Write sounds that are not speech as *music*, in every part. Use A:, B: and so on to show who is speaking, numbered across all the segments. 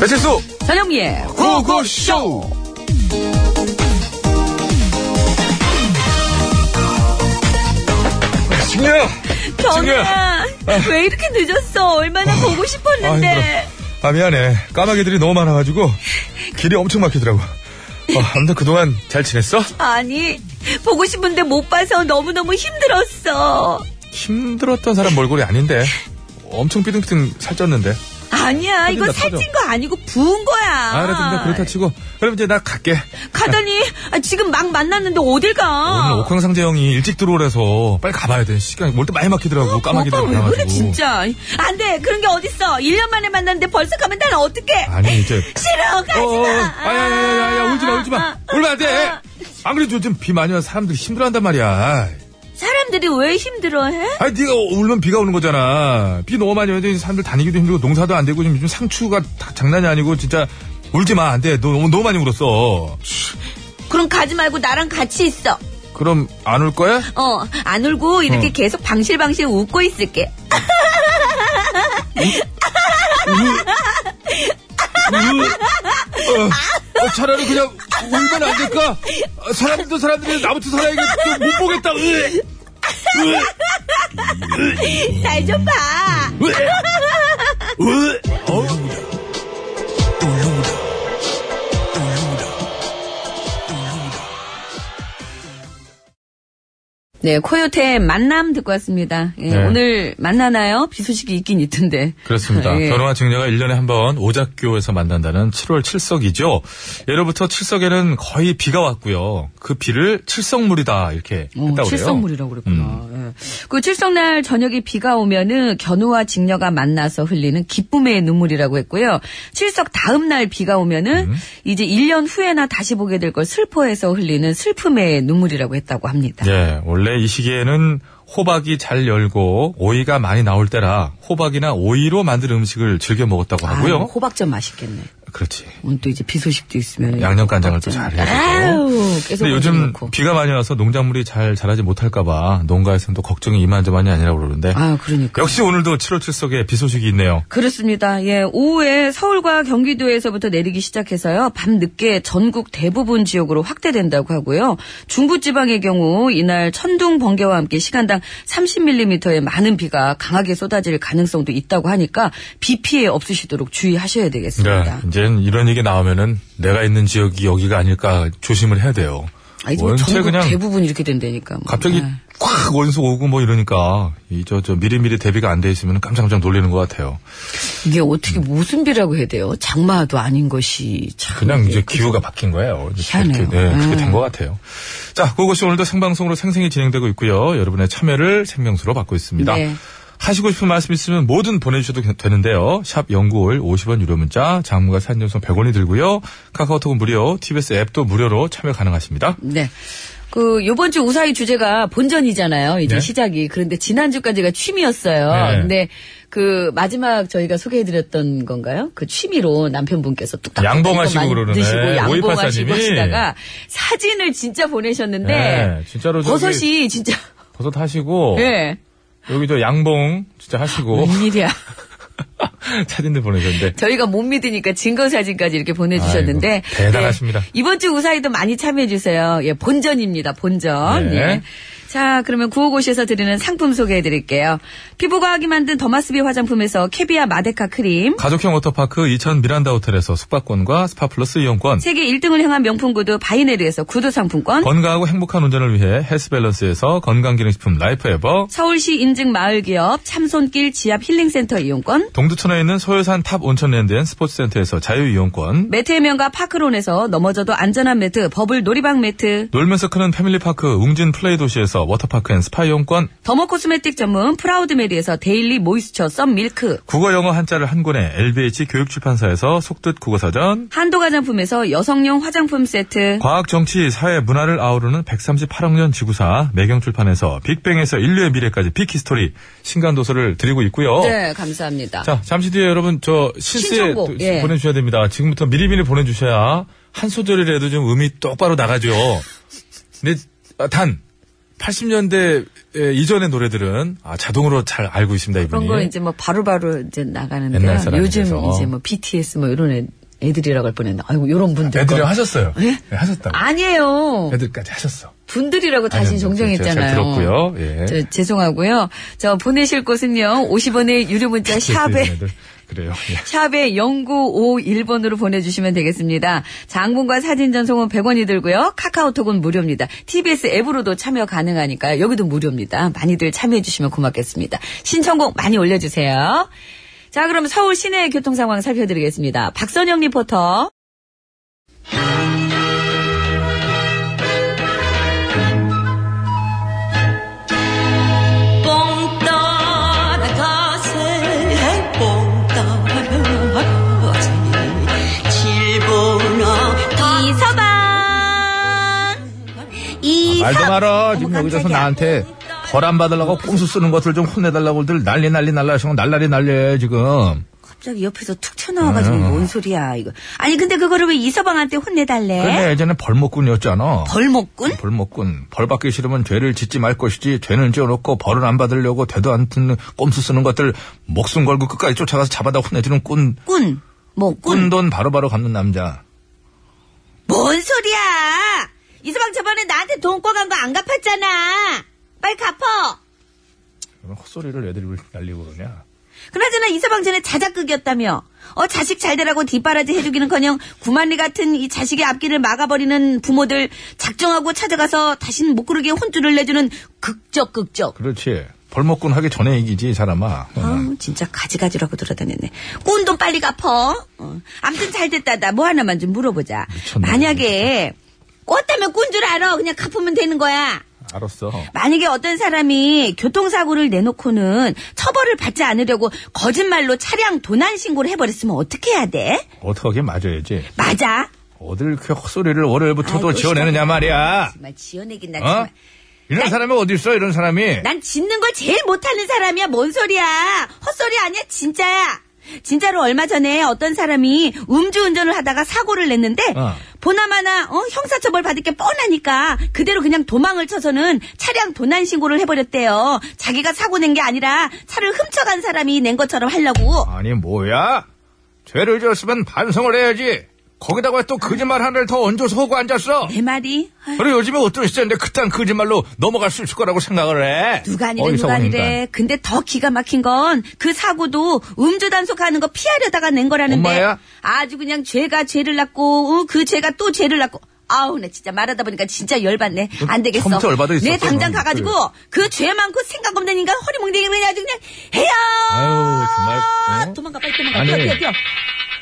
A: 배칠수
B: 전영미의
C: 고고쇼
A: 승려
B: 경아, 왜 이렇게 늦었어? 얼마나 보고 싶었는데.
A: 아 미안해 까마귀들이 너무 많아가지고 길이 엄청 막히더라고 아, 아무튼 그동안 잘 지냈어?
B: 아니, 보고 싶은데 못 봐서 너무너무 힘들었어.
A: 힘들었던 사람 몰골이 아닌데 엄청 삐등삐등 살쪘는데
B: 아니야, 이거
A: 터진다, 터져.
B: 살찐 거 아니고 부은 거야.
A: 알아도 근데 그렇다 치고 그럼 이제 나 갈게
B: 가다니, 아, 지금 막 만났는데 어딜 가?
A: 오늘 옥황상제 형이 일찍 들어오래서 빨리 가봐야 돼 시간이 몰때 많이 막히더라고 까마귀들
B: 어, 오빠 왜
A: 많아가지고
B: 그래 진짜 안 돼 그런 게 어딨어 1년 만에 만났는데 벌써 가면 난 어떡해
A: 아니 이제
B: 싫어 가지마
A: 어어 아, 아야야야야 아. 울지마 울지마 울면 안돼 안 그래도 요즘 비 많이 와서 사람들이 힘들어한단 말이야
B: 사람들이 왜 힘들어해?
A: 아니 네가 울면 비가 오는 거잖아. 비 너무 많이 오는데 사람들 다니기도 힘들고 농사도 안 되고 지금 요즘 상추가 다 장난이 아니고 진짜 울지 마. 안 돼. 너 너무, 너무 많이 울었어.
B: 그럼 가지 말고 나랑 같이 있어
A: 그럼 안 울 거야?
B: 어 안 울고 이렇게
A: 어.
B: 계속 방실방실 웃고 있을게
A: 으, 어, 어, 차라리 그냥 울면 안 될까? 어, 사람들도 사람들이 나부터 살아야겠다. 못 보겠다. 으, 음.
B: 날 좀봐
A: 으. 어?
B: 네 코요태 만남 듣고 왔습니다 예,
A: 네.
B: 오늘 만나나요? 비 소식이 있긴 있던데
A: 그렇습니다.
B: 예.
A: 결혼한 증녀가 1년에 한 번 오작교에서 만난다는 7월 칠석이죠. 예로부터 칠석에는 거의 비가 왔고요. 그 비를 칠석물이다 이렇게
B: 어,
A: 했다고 그래요. 음.
B: 칠성물이라고 그랬구나. 예. 그 칠성날 저녁에 비가 오면은 견우와 직녀가 만나서 흘리는 기쁨의 눈물이라고 했고요. 칠석 다음 날 비가 오면은
A: 음.
B: 이제 1년 후에나 다시 보게 될 걸 슬퍼해서 흘리는 슬픔의 눈물이라고 했다고 합니다.
A: 예, 원래 이 시기에는 호박이 잘 열고 오이가 많이 나올 때라 호박이나 오이로 만든 음식을 즐겨 먹었다고 하고요.
B: 아유, 호박전 맛있겠네.
A: 그렇지.
B: 오늘 또 이제 비 소식도 있으면
A: 양념 간장을 또 잘 해야 되고.
B: 아유, 계속
A: 근데 요즘
B: 넣고.
A: 비가 많이 와서 농작물이 잘 자라지 못할까봐 농가에서는 또 걱정이 이만저만이 아니라고 그러는데
B: 아, 그러니까.
A: 역시 오늘도 7월 출석에 비 소식이 있네요.
B: 그렇습니다. 예, 오후에 서울과 경기도에서부터 내리기 시작해서요. 밤 늦게 전국 대부분 지역으로 확대된다고 하고요. 중부 지방의 경우 이날 천둥 번개와 함께 시간당 30mm의 많은 비가 강하게 쏟아질 가능성도 있다고 하니까 비 피해 없으시도록 주의하셔야 되겠습니다.
A: 네. 이제 이런 얘기 나오면은 내가 있는 지역이 여기가 아닐까 조심을 해야 돼요.
B: 아니, 뭐
A: 원체
B: 전국
A: 그냥
B: 대부분 이렇게 된다니까. 뭐.
A: 갑자기
B: 아.
A: 콱 원소 오고 뭐 이러니까 이 저 저 미리미리 대비가 안 돼 있으면 깜짝깜짝 놀리는 것 같아요.
B: 이게 어떻게 무슨 비라고 해야 돼요? 장마도 아닌 것이 참.
A: 그냥
B: 이게
A: 이제
B: 그죠?
A: 기후가 바뀐 거예요. 이제
B: 희한해요.
A: 그렇게 네, 그렇게
B: 음.
A: 된 것 같아요. 자, 그것이 오늘도 생방송으로 생생히 진행되고 있고요. 여러분의 참여를 생명수로 받고 있습니다.
B: 네.
A: 하시고 싶은 말씀 있으면 뭐든 보내주셔도 되- 되는데요. 샵 0951, 50원 유료 문자, 장무가 산전송 100원이 들고요. 카카오톡은 무료, TBS 앱도 무료로 참여 가능하십니다.
B: 네. 그 요번 주 우사히 주제가 본전이잖아요. 이제
A: 네.
B: 시작이. 그런데 지난주까지가 취미였어요.
A: 네.
B: 근데 그 마지막 저희가 소개해 드렸던 건가요? 그 취미로 남편분께서 뚝딱
A: 양봉하시고
B: 이거
A: 그러네.
B: 만드시고 양봉하시고
A: 오이파사님이.
B: 하시다가 사진을 진짜 보내셨는데
A: 네, 어. 진짜로 저기-
B: 버섯이 진짜
A: 버섯 하시고,
B: 예.
A: 여기 저 양봉 진짜 하시고,
B: 웬일이야.
A: *laughs* 사진들 보내셨는데.
B: 저희가 못 믿으니까 증거 사진까지 이렇게 보내주셨는데
A: 아이고, 대단하십니다.
B: 예, 이번 주 우사히도 많이 참여해 주세요. 예, 본전입니다. 본전.
A: 네.
B: 예. 자, 그러면 구호고시에서 드리는 상품 소개해 드릴게요. 피부과학이 만든 더마스비 화장품에서 캐비아 마데카 크림,
A: 가족형 워터파크 이천 미란다 호텔에서 숙박권과 스파플러스 이용권.
B: 세계 1등을 향한 명품 구두 바이네르에서 구두 상품권,
A: 건강하고 행복한 운전을 위해 헬스밸런스에서 건강기능식품 라이프에버.
B: 서울시 인증 마을 기업 참손길 지압 힐링센터 이용권,
A: 동두천에 있는 소요산 탑 온천랜드앤 스포츠센터에서 자유이용권.
B: 매트의 명가 파크론에서 넘어져도 안전한 매트 버블 놀이방 매트,
A: 놀면서 크는 패밀리파크 웅진 플레이 도시에서 워터파크 앤 스파 이용권.
B: 더머 코스메틱 전문 프라우드메리에서 데일리 모이스처 썸 밀크,
A: 국어 영어 한자를 한 권에 LBH 교육출판사에서 속뜻 국어사전.
B: 한도 화장품에서 여성용 화장품 세트,
A: 과학, 정치, 사회, 문화를 아우르는 138억 년 지구사 매경출판에서 빅뱅에서 인류의 미래까지 빅히스토리 신간 도서를 드리고 있고요.
B: 네, 감사합니다.
A: 어. 자, 잠시 뒤에 여러분 저 실세
B: 신청곡, 예.
A: 보내주셔야 됩니다. 지금부터 미리미리 보내주셔야 한 소절이라도 좀 음이 똑바로 나가죠. 근데 아, 단 80년대 이전의 노래들은 아, 자동으로 잘 알고 있습니다 이분이.
B: 그런 거 이제 뭐 바로바로 이제 나가는데
A: 네. 옛날 사람이
B: 요즘
A: 돼서.
B: 이제 뭐 BTS 뭐 이런 애- 애들이라고 할 뻔했나. 아이고 요런 분들.
A: 애들이
B: 거.
A: 하셨어요.
B: 예?
A: 네, 하셨다고.
B: 아니에요.
A: 애들까지 하셨어.
B: 분들이라고 다시
A: 아니요,
B: 정정했잖아요.
A: 제가 잘 들었고요. 예.
B: 저 죄송하고요. 저 보내실 곳은요. 50원의 유료
A: *laughs*
B: 문자 네, 샵에
A: 애들. 그래요. 예. *laughs*
B: 샵에 0951번으로 보내주시면 되겠습니다. 장문과 사진 전송은 100원이 들고요. 카카오톡은 무료입니다. TBS 앱으로도 참여 가능하니까 여기도 무료입니다. 많이들 참여해주시면 고맙겠습니다. 신청곡 많이 올려주세요. 자, 그럼 서울 시내 교통 상황 살펴드리겠습니다. 박선영 리포터.
D: 뽕 떠나가세 뽕 떠나가세 질보나
B: 이서방!
A: 말도 말아. 지금 여기서 나한테 벌 안 받으려고 꼼수 쓰는 것들 좀 혼내달라고 들 난리 난리 날라 하시고 날라리 날려 지금.
B: 갑자기 옆에서 툭 쳐나와가지고
A: 음.
B: 뭔 소리야, 이거. 아니, 근데 그거를 왜 이서방한테 혼내달래?
A: 근데 예전에 벌목꾼이었잖아.
B: 네? 벌목꾼?
A: 벌목꾼. 벌 받기 싫으면 죄를 짓지 말 것이지 죄는 지어놓고 벌은 안 받으려고 되도 안 듣는 꼼수 쓰는 것들 목숨 걸고 끝까지 쫓아가서 잡아다 혼내주는 꾼.
B: 꾼. 뭐, 꾼.
A: 꾼돈 바로바로 갚는 남자.
B: 뭔 소리야! 이서방 저번에 나한테 돈 꿔간 거 안 갚았잖아! 빨리 갚어!
A: 이런 헛소리를 애들이 왜 날리고 그러냐.
B: 그나저나 이서방 전에 자작극이었다며. 어, 자식 잘 되라고 뒷바라지 해주기는 커녕 구만리 같은 이 자식의 앞길을 막아버리는 부모들 작정하고 찾아가서 다신 못 그러게 혼쭐을 내주는 극적, 극적.
A: 그렇지. 벌목꾼 하기 전에 얘기지 이 사람아. 너는.
B: 아우, 진짜 가지가지라고 돌아다녔네. 꾼돈 빨리 갚어. 어. 암튼 잘 됐다. 나 뭐 하나만 좀 물어보자.
A: 미쳤네.
B: 만약에 꿨다면 꾼 줄 알아. 그냥 갚으면 되는 거야.
A: 알았어.
B: 만약에 어떤 사람이 교통사고를 내놓고는 처벌을 받지 않으려고 거짓말로 차량 도난 신고를 해버렸으면 어떻게 해야 돼?
A: 어떻게 맞아야지.
B: 맞아.
A: 어딜 그 헛소리를 월요일부터도
B: 아이고, 네.
A: 지어내느냐 말이야.
B: 정말 지어내긴 나
A: 어?
B: 정말.
A: 이런 사람이 어디 있어? 이런 사람이.
B: 난 짓는 걸 제일 못하는 사람이야. 뭔 소리야. 헛소리 아니야. 진짜야. 진짜로 얼마 전에 어떤 사람이 음주운전을 하다가 사고를 냈는데
A: 어.
B: 보나마나 어, 형사처벌 받을 게 뻔하니까 그대로 그냥 도망을 쳐서는 차량 도난 신고를 해버렸대요. 자기가 사고 낸 게 아니라 차를 훔쳐간 사람이 낸 것처럼 하려고.
A: 아니 뭐야? 죄를 지었으면 반성을 해야지. 거기다가 또 거짓말 하나를 더 얹어서 하고 앉았어.
B: 내 말이 아휴,
A: 그리고 요즘에 어떤 시대인데 그딴 거짓말로 넘어갈 수 있을 거라고 생각을 해.
B: 누가 아니래
A: 어디서
B: 누가
A: 오는 인간.
B: 아니래. 근데 더 기가 막힌 건 그 사고도 음주 단속하는 거 피하려다가 낸 거라는데
A: 엄마야?
B: 아주 그냥 죄가 죄를 낳고 어, 그 죄가 또 죄를 낳고 아우 나 진짜 말하다 보니까 진짜 열받네. 안 되겠어.
A: 처음부터 열받아 있었어,
B: 내 당장
A: 그런
B: 가가지고 그 죄 많고 생각 없는 인간 허리몽댕이 그냥 아주 그냥 해요.
A: 아유, 정말, 어?
B: 도망가 빨리 도망가.
A: 아니,
B: 뛰어 뛰어 뛰어.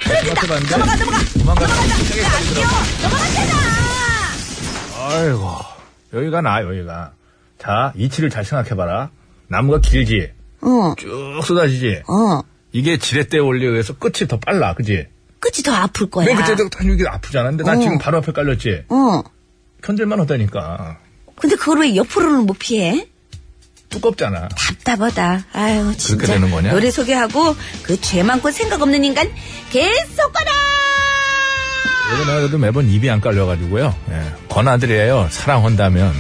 A: 생각해 봤는데
B: 도망가 도망가.
A: 도망가.
B: 도망가자. 야, 안 뛰어. 도망갔잖아.
A: 아이고 여기가 나 여기가. 자 이치를 잘 생각해봐라. 나무가 길지.
B: 어.
A: 쭉 쏟아지지.
B: 어.
A: 이게 지렛대 원리에 의해서 끝이 더 빨라, 그지?
B: 끝이 더 아플 거야.
A: 맨 네, 그때도 탄육이 아프잖아. 근데 난
B: 어.
A: 지금 바로 앞에 깔렸지.
B: 어.
A: 견딜만 하다니까.
B: 근데 그걸 왜 옆으로는 못 피해?
A: 두껍잖아.
B: 답답하다. 아유, 진짜.
A: 그렇게 되는 거냐?
B: 노래 소개하고 그 죄 많고 생각 없는 인간 계속 가라!
A: 여기 내가 그래도 매번 입이 안 깔려가지고요. 예. 권아들이에요. 사랑한다면.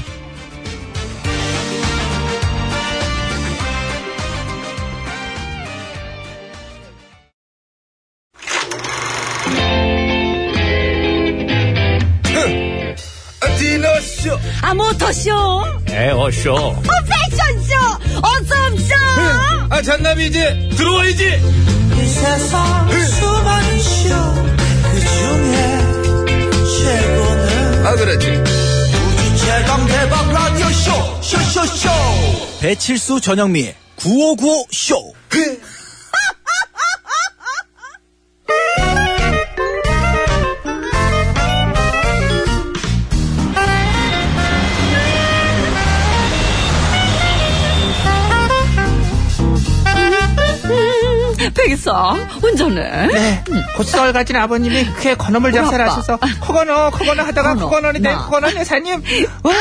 E: 디너쇼
A: 쇼.
B: 아 모터쇼
A: 네,
F: 에어쇼.
B: 어, 패션쇼 어썸쇼
F: 아, 잔남이 이제 들어와야지!
G: 이 세상 수많은 쇼그 중에 최고는
F: 아, 그렇지.
G: 우주 최강 대박 라디오 쇼 쇼쇼쇼 배칠수 전영미의 9595 쇼.
H: 백이성 운전해.
A: 네. 고추sol 가진 아버님이 쾌 건어물 장사를
H: 아빠.
A: 하셔서 코건어 코건어 하다가
H: 건어,
A: 코건어니 된
H: 나.
A: 코건어 여사님. 와.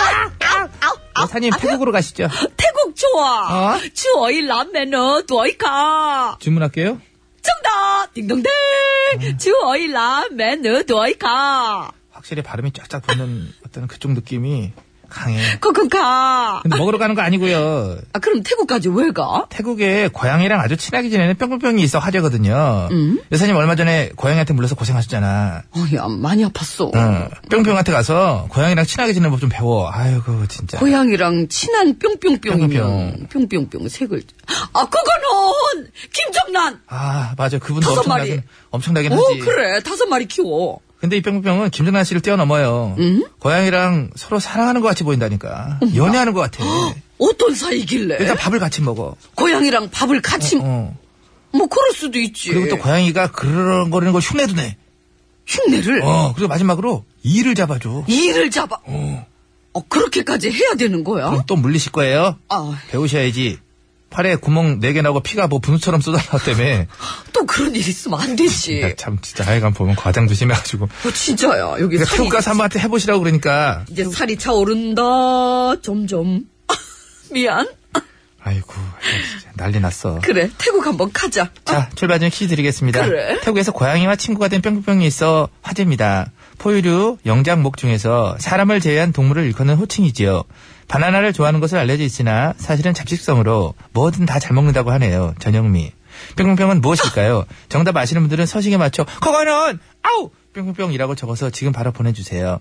A: 여사님 태국으로 가시죠.
H: 태국 좋아.
A: 어?
H: 주어이 라면은 도이카.
A: 주문할게요.
H: 정답. 딩동댕.
A: 음.
H: 주어이 라면은 도이카.
A: 확실히 발음이 쫙쫙 붙는 어떤 그쪽 느낌이 강해.
H: 코코카.
A: 근데 먹으러 가는 거 아니고요.
H: 아 그럼 태국까지 왜 가?
A: 태국에 고양이랑 아주 친하게 지내는 뿅뿅뿅이 있어 화제거든요.
H: 음?
A: 여사님 얼마 전에 고양이한테 물려서 고생하셨잖아.
H: 어야 많이 아팠어.
A: 응. 뿅뿅한테 가서 고양이랑 친하게 지내는 법 좀 배워. 아이고 진짜.
H: 고양이랑 친한 뿅뿅뿅이면
A: 뿅뿅뿅.
H: 뿅뿅뿅 세 글자. 아 그거는 김정란.
A: 아 맞아 그분도
H: 다섯
A: 엄청나긴
H: 마리.
A: 엄청나긴
H: 오
A: 하지.
H: 그래 다섯 마리 키워.
A: 근데 이 뿅뿅뿅은 김정란 씨를 뛰어넘어요.
H: 음?
A: 고양이랑 서로 사랑하는 것 같이 보인다니까. 연애하는 것 같아.
H: 어떤 사이길래?
A: 일단 밥을 같이 먹어.
H: 고양이랑 밥을 같이 먹-
A: 어.
H: 뭐 그럴 수도 있지.
A: 그리고 또 고양이가 그르렁거리는 걸 흉내도 내.
H: 흉내를
A: 어. 그리고 마지막으로 이를 잡아줘.
H: 이를 잡아. 어, 그렇게까지 해야 되는 거야?
A: 그럼 또 물리실 거예요.
H: 아,
A: 배우셔야지. 팔에 구멍 네 개 나고 피가 뭐 분수처럼 쏟아나왔다며.
H: 또 그런 일 있으면 안 되지.
A: 참 진짜 하여간 보면 과장도 심해가지고.
H: 어, 진짜야. 여기
A: 그러니까
H: 살이
A: 태국 가서 한번 해보시라고 그러니까.
H: 이제 살이 차오른다. 점점. *laughs* 미안.
A: 아이고 진짜 난리 났어.
H: 그래. 태국 한번 가자.
A: 자, 출발 전 퀴즈 드리겠습니다.
H: 아. 그래?
A: 태국에서 고양이와 친구가 된 뿅뿅뿅이 있어 화제입니다. 포유류, 영장목 중에서 사람을 제외한 동물을 일컫는 호칭이지요. 바나나를 좋아하는 것을 알려져 있으나 사실은 잡식성으로 뭐든 다 잘 먹는다고 하네요. 전영미. 뿅뿅뿅은
H: *laughs*
A: 무엇일까요? 정답 아시는 분들은 서식에 맞춰 그거는 아우 뿅뿅뿅이라고 적어서 지금 바로 보내주세요.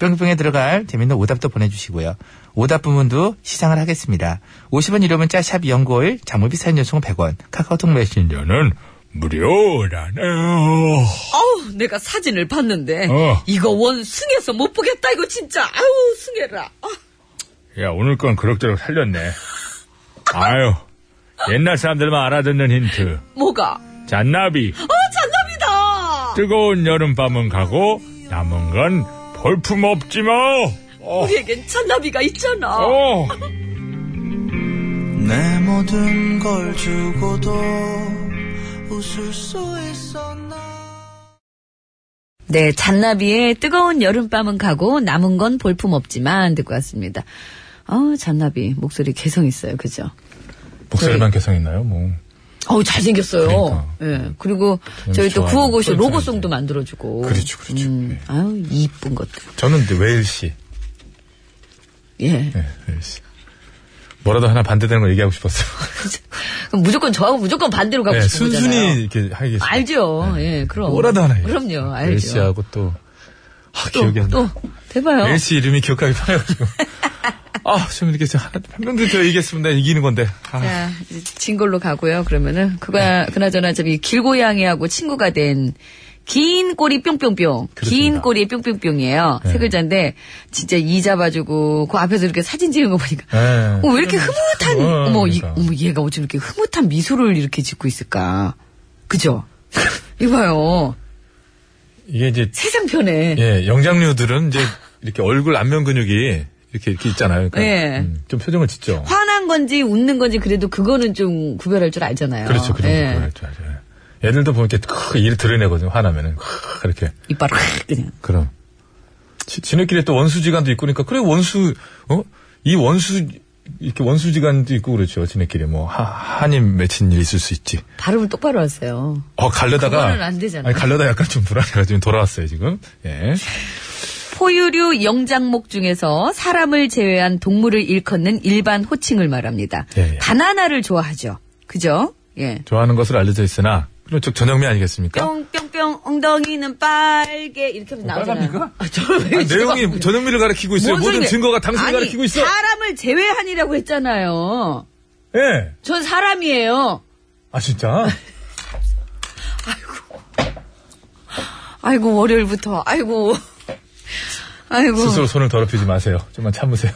A: 뿅뿅에 들어갈 재밌는 오답도 보내주시고요. 오답 부문도 시상을 하겠습니다. 50원 유료 문자 샵 연구일 장물비 사연 연속 100원 카카오톡 메신저는 무료라네요.
H: 아우, 어, 내가 사진을 봤는데.
F: 어.
H: 이거 원 승해서 못 보겠다. 이거 진짜. 아우, 승해라. 아,
F: 야, 오늘 건 그럭저럭 살렸네. 아유, 옛날 사람들만 알아듣는 힌트.
H: 뭐가?
F: 잔나비.
H: 어, 잔남이다.
F: 뜨거운 여름밤은 가고, 남은 건 볼품 없지 뭐! 어,
H: 우리에겐 잔나비가 있잖아.
F: 어.
G: 내 모든 걸 주고도 웃을 수 있었나?
H: 네, 잔나비의 뜨거운 여름밤은 가고 남은 건 볼품 없지만 듣고 왔습니다. 어, 잔나비 목소리 개성 있어요, 그죠? 네.
F: 목소리만 개성있나요, 뭐.
H: 어우, 잘생겼어요.
F: 그러니까.
H: 예. 그리고 저희 또
F: 좋아하는
H: 구호고쇼
F: 프랜차이즈.
H: 로고송도 만들어주고. 음,
F: 그렇죠, 그렇죠. 예.
H: 아유, 이쁜 것들.
F: 저는 근데 웨일씨.
H: 예.
F: 네, 웨일씨. 뭐라도 하나 반대되는 걸 얘기하고 싶었어.
H: 그럼 무조건 저하고 무조건 반대로 가고
F: 네,
H: 싶은
F: 순순히
H: 거잖아요.
F: 이렇게 하겠습니다.
H: 그렇죠, 알죠. 예, 그럼.
F: 뭐라도 하나 해요.
H: 그럼요, 알죠.
F: 웨일씨하고 또. 아,
H: 또,
F: 기억이 안 네, 나.
H: 또, 대봐요.
F: 멜씨 이름이 기억하기 편해가지고. 아, 좀 이렇게 저 하나, 한 명도 저 이기겠습니다. 이기는 건데. 아,
H: 자, 이제 진 걸로 가고요. 그러면은
F: 네.
H: 그가 그나저나 저이 길고양이하고 친구가 된 긴 꼬리 뿅뿅뿅. 긴
F: 그렇습니다. 네.
H: 꼬리 뿅뿅뿅이에요. 세 글자인데 진짜 이 잡아주고 그 앞에서 이렇게 사진 찍은 거 보니까
F: 네.
H: 어, 왜 이렇게 흐뭇한
F: 어,
H: 어머, 이,
F: 그러니까.
H: 어머 얘가 어쩜 이렇게 흐뭇한 미소를 이렇게 짓고 있을까? 그죠? *laughs* 이봐요.
F: 이게 이제,
H: 세상 편해.
F: 예, 영장류들은 이제 이렇게 얼굴 안면 근육이 이렇게, 이렇게 있잖아요. 그러니까
H: 예.
F: 좀 표정을 짓죠.
H: 화난 건지 웃는 건지 그래도 그거는 좀 구별할 줄 알잖아요.
F: 그렇죠. 그런
H: 예.
F: 거 알죠. 알죠. 애들도 보면 이렇게 크게 일을 드러내거든요. 화나면은. 크, 이렇게.
H: 이빨을 확 그냥.
F: 그럼. 지- 지네끼리 또 원수지간도 있고 그러니까 그래 원수 어 이 원수 이렇게 원수지간도 있고 그렇죠 지네끼리 뭐 하, 한임 맺힌 일 있을 수 있지
H: 발음을 똑바로 하세요.
F: 어, 갈려다가.
H: 그거는 안 되잖아.
F: 아니, 갈려다 약간 좀 불안해가지고 돌아왔어요, 지금. 예.
H: 포유류 영장목 중에서 사람을 제외한 동물을 일컫는 일반 호칭을 말합니다.
F: 예, 예.
H: 바나나를 좋아하죠. 그죠? 예.
F: 좋아하는 것으로 알려져 있으나, 그럼 저 전영미 아니겠습니까?
H: 뿅뿅뿅 뿅 엉덩이는 빨개 이렇게 하면 나오잖아요.
I: 빨갑니까?
H: 아, 저를 왜
F: 어, 아,
H: 찍어요?
F: 내용이 전현미를 가리키고 있어요.
H: 뭔
F: 모든
H: 소리예요?
F: 증거가 당신을
H: 아니,
F: 가리키고 있어.
H: 사람을 제외한이라고 했잖아요.
F: 예.
H: 전 사람이에요.
F: 아 진짜.
H: 어. 아이고 월요일부터 아이고 아이고
F: 스스로 손을 더럽히지 마세요. 좀만 참으세요.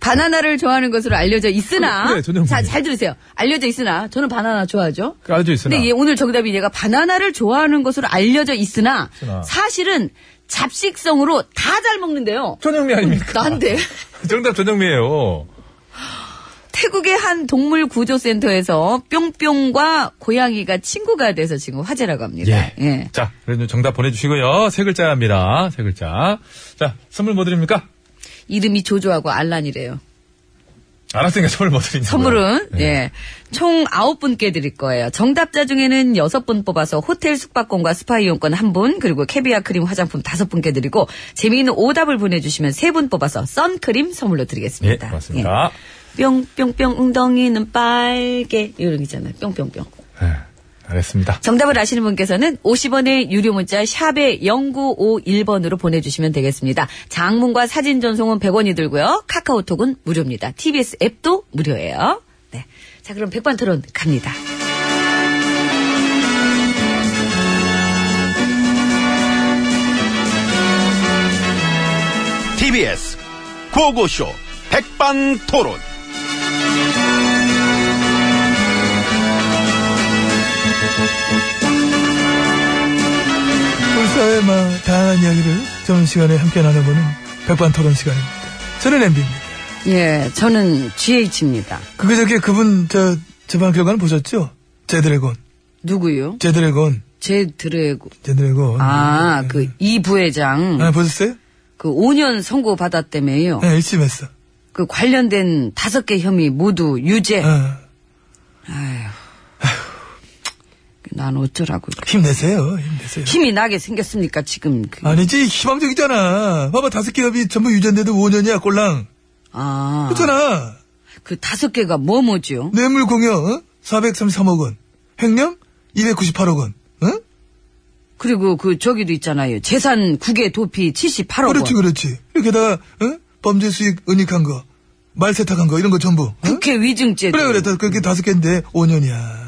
H: 바나나를 좋아하는 것으로 알려져 있으나
F: 그래, 전혀
H: 자,
F: 모르겠네.
H: 잘 들으세요. 알려져 있으나 저는 바나나 좋아하죠.
F: 알죠 있으나.
H: 근데 얘 오늘 정답이 얘가 바나나를 좋아하는 것으로 알려져 있으나
F: 있으나.
H: 사실은 잡식성으로 다 잘 먹는데요.
F: 전영미
H: 음,
F: 아닙니까?
H: 난데
F: *laughs* 정답 전영미예요.
H: 태국의 한 동물 구조 센터에서 뿅뿅과 고양이가 친구가 돼서 지금 화제라고 합니다.
F: 예. 자, 그래도 정답 보내주시고요. 세 글자입니다. 세 글자. 자, 선물 뭐 드립니까?
H: 이름이 조조하고 알란이래요.
F: 알았으니까 선물 뭐 드리냐고요.
H: 선물은
F: 예.
H: 예. 총 9분께 드릴 거예요. 정답자 중에는 6분 뽑아서 호텔 숙박권과 스파 이용권 1분 그리고 캐비아 크림 화장품 5분께 드리고 재미있는 오답을 보내주시면 3분 뽑아서 선크림 선물로
F: 예,
H: 드리겠습니다.
F: 고맙습니다.
H: 예. 뿅뿅뿅 웅덩이는 빨개 이런 거 있잖아요. 뿅뿅뿅.
F: 예. 알겠습니다.
H: 정답을 아시는 분께서는 50원의 유료 문자 샵에 0951번으로 보내주시면 되겠습니다. 장문과 사진 전송은 100원이 들고요. 카카오톡은 무료입니다. TBS 앱도 무료예요. 네. 자, 그럼 백반토론 갑니다.
J: TBS 고고쇼 백반토론.
I: 우리 사회의 막 다양한 이야기를 점심시간에 함께 나눠보는 백반토론 시간입니다. 저는 엠비입니다.
H: 예, 저는 GH입니다.
I: 그저께 그분 저 재판 결과는 보셨죠? 제드래곤,
H: 누구요?
I: 제드래곤,
H: 제 드래곤.
I: 제드래곤. 네.
H: 아, 그, 이 부회장.
I: 아, 보셨어요?
H: 그 5년 선고 받았다며요.
I: 네, 1심 했어.
H: 그 관련된 5개 혐의 모두 유죄.
I: 아,
H: 아휴. 그 난 어쩌라고.
I: 힘내세요, 힘내세요.
H: 힘이 나게 생겼습니까, 지금. 그-
I: 아니지, 희망적이잖아. 봐봐, 다섯 개 협이 전부 유전돼도 5년이야, 꼴랑.
H: 아.
I: 그렇잖아.
H: 그 다섯 개가 뭐 뭐죠?
I: 뇌물 공여, 어? 433억 원. 횡령? 298억 원. 응?
H: 그리고 그 저기도 있잖아요. 재산 국외 도피 78억
I: 그렇지,
H: 원.
I: 그렇지. 게다가, 어? 범죄 수익 은닉한 거, 말 세탁한 거, 이런 거 전부. 어?
H: 국회 위증죄도
I: 그래, 그래. 다, 그렇게 다섯 개인데, 5년이야.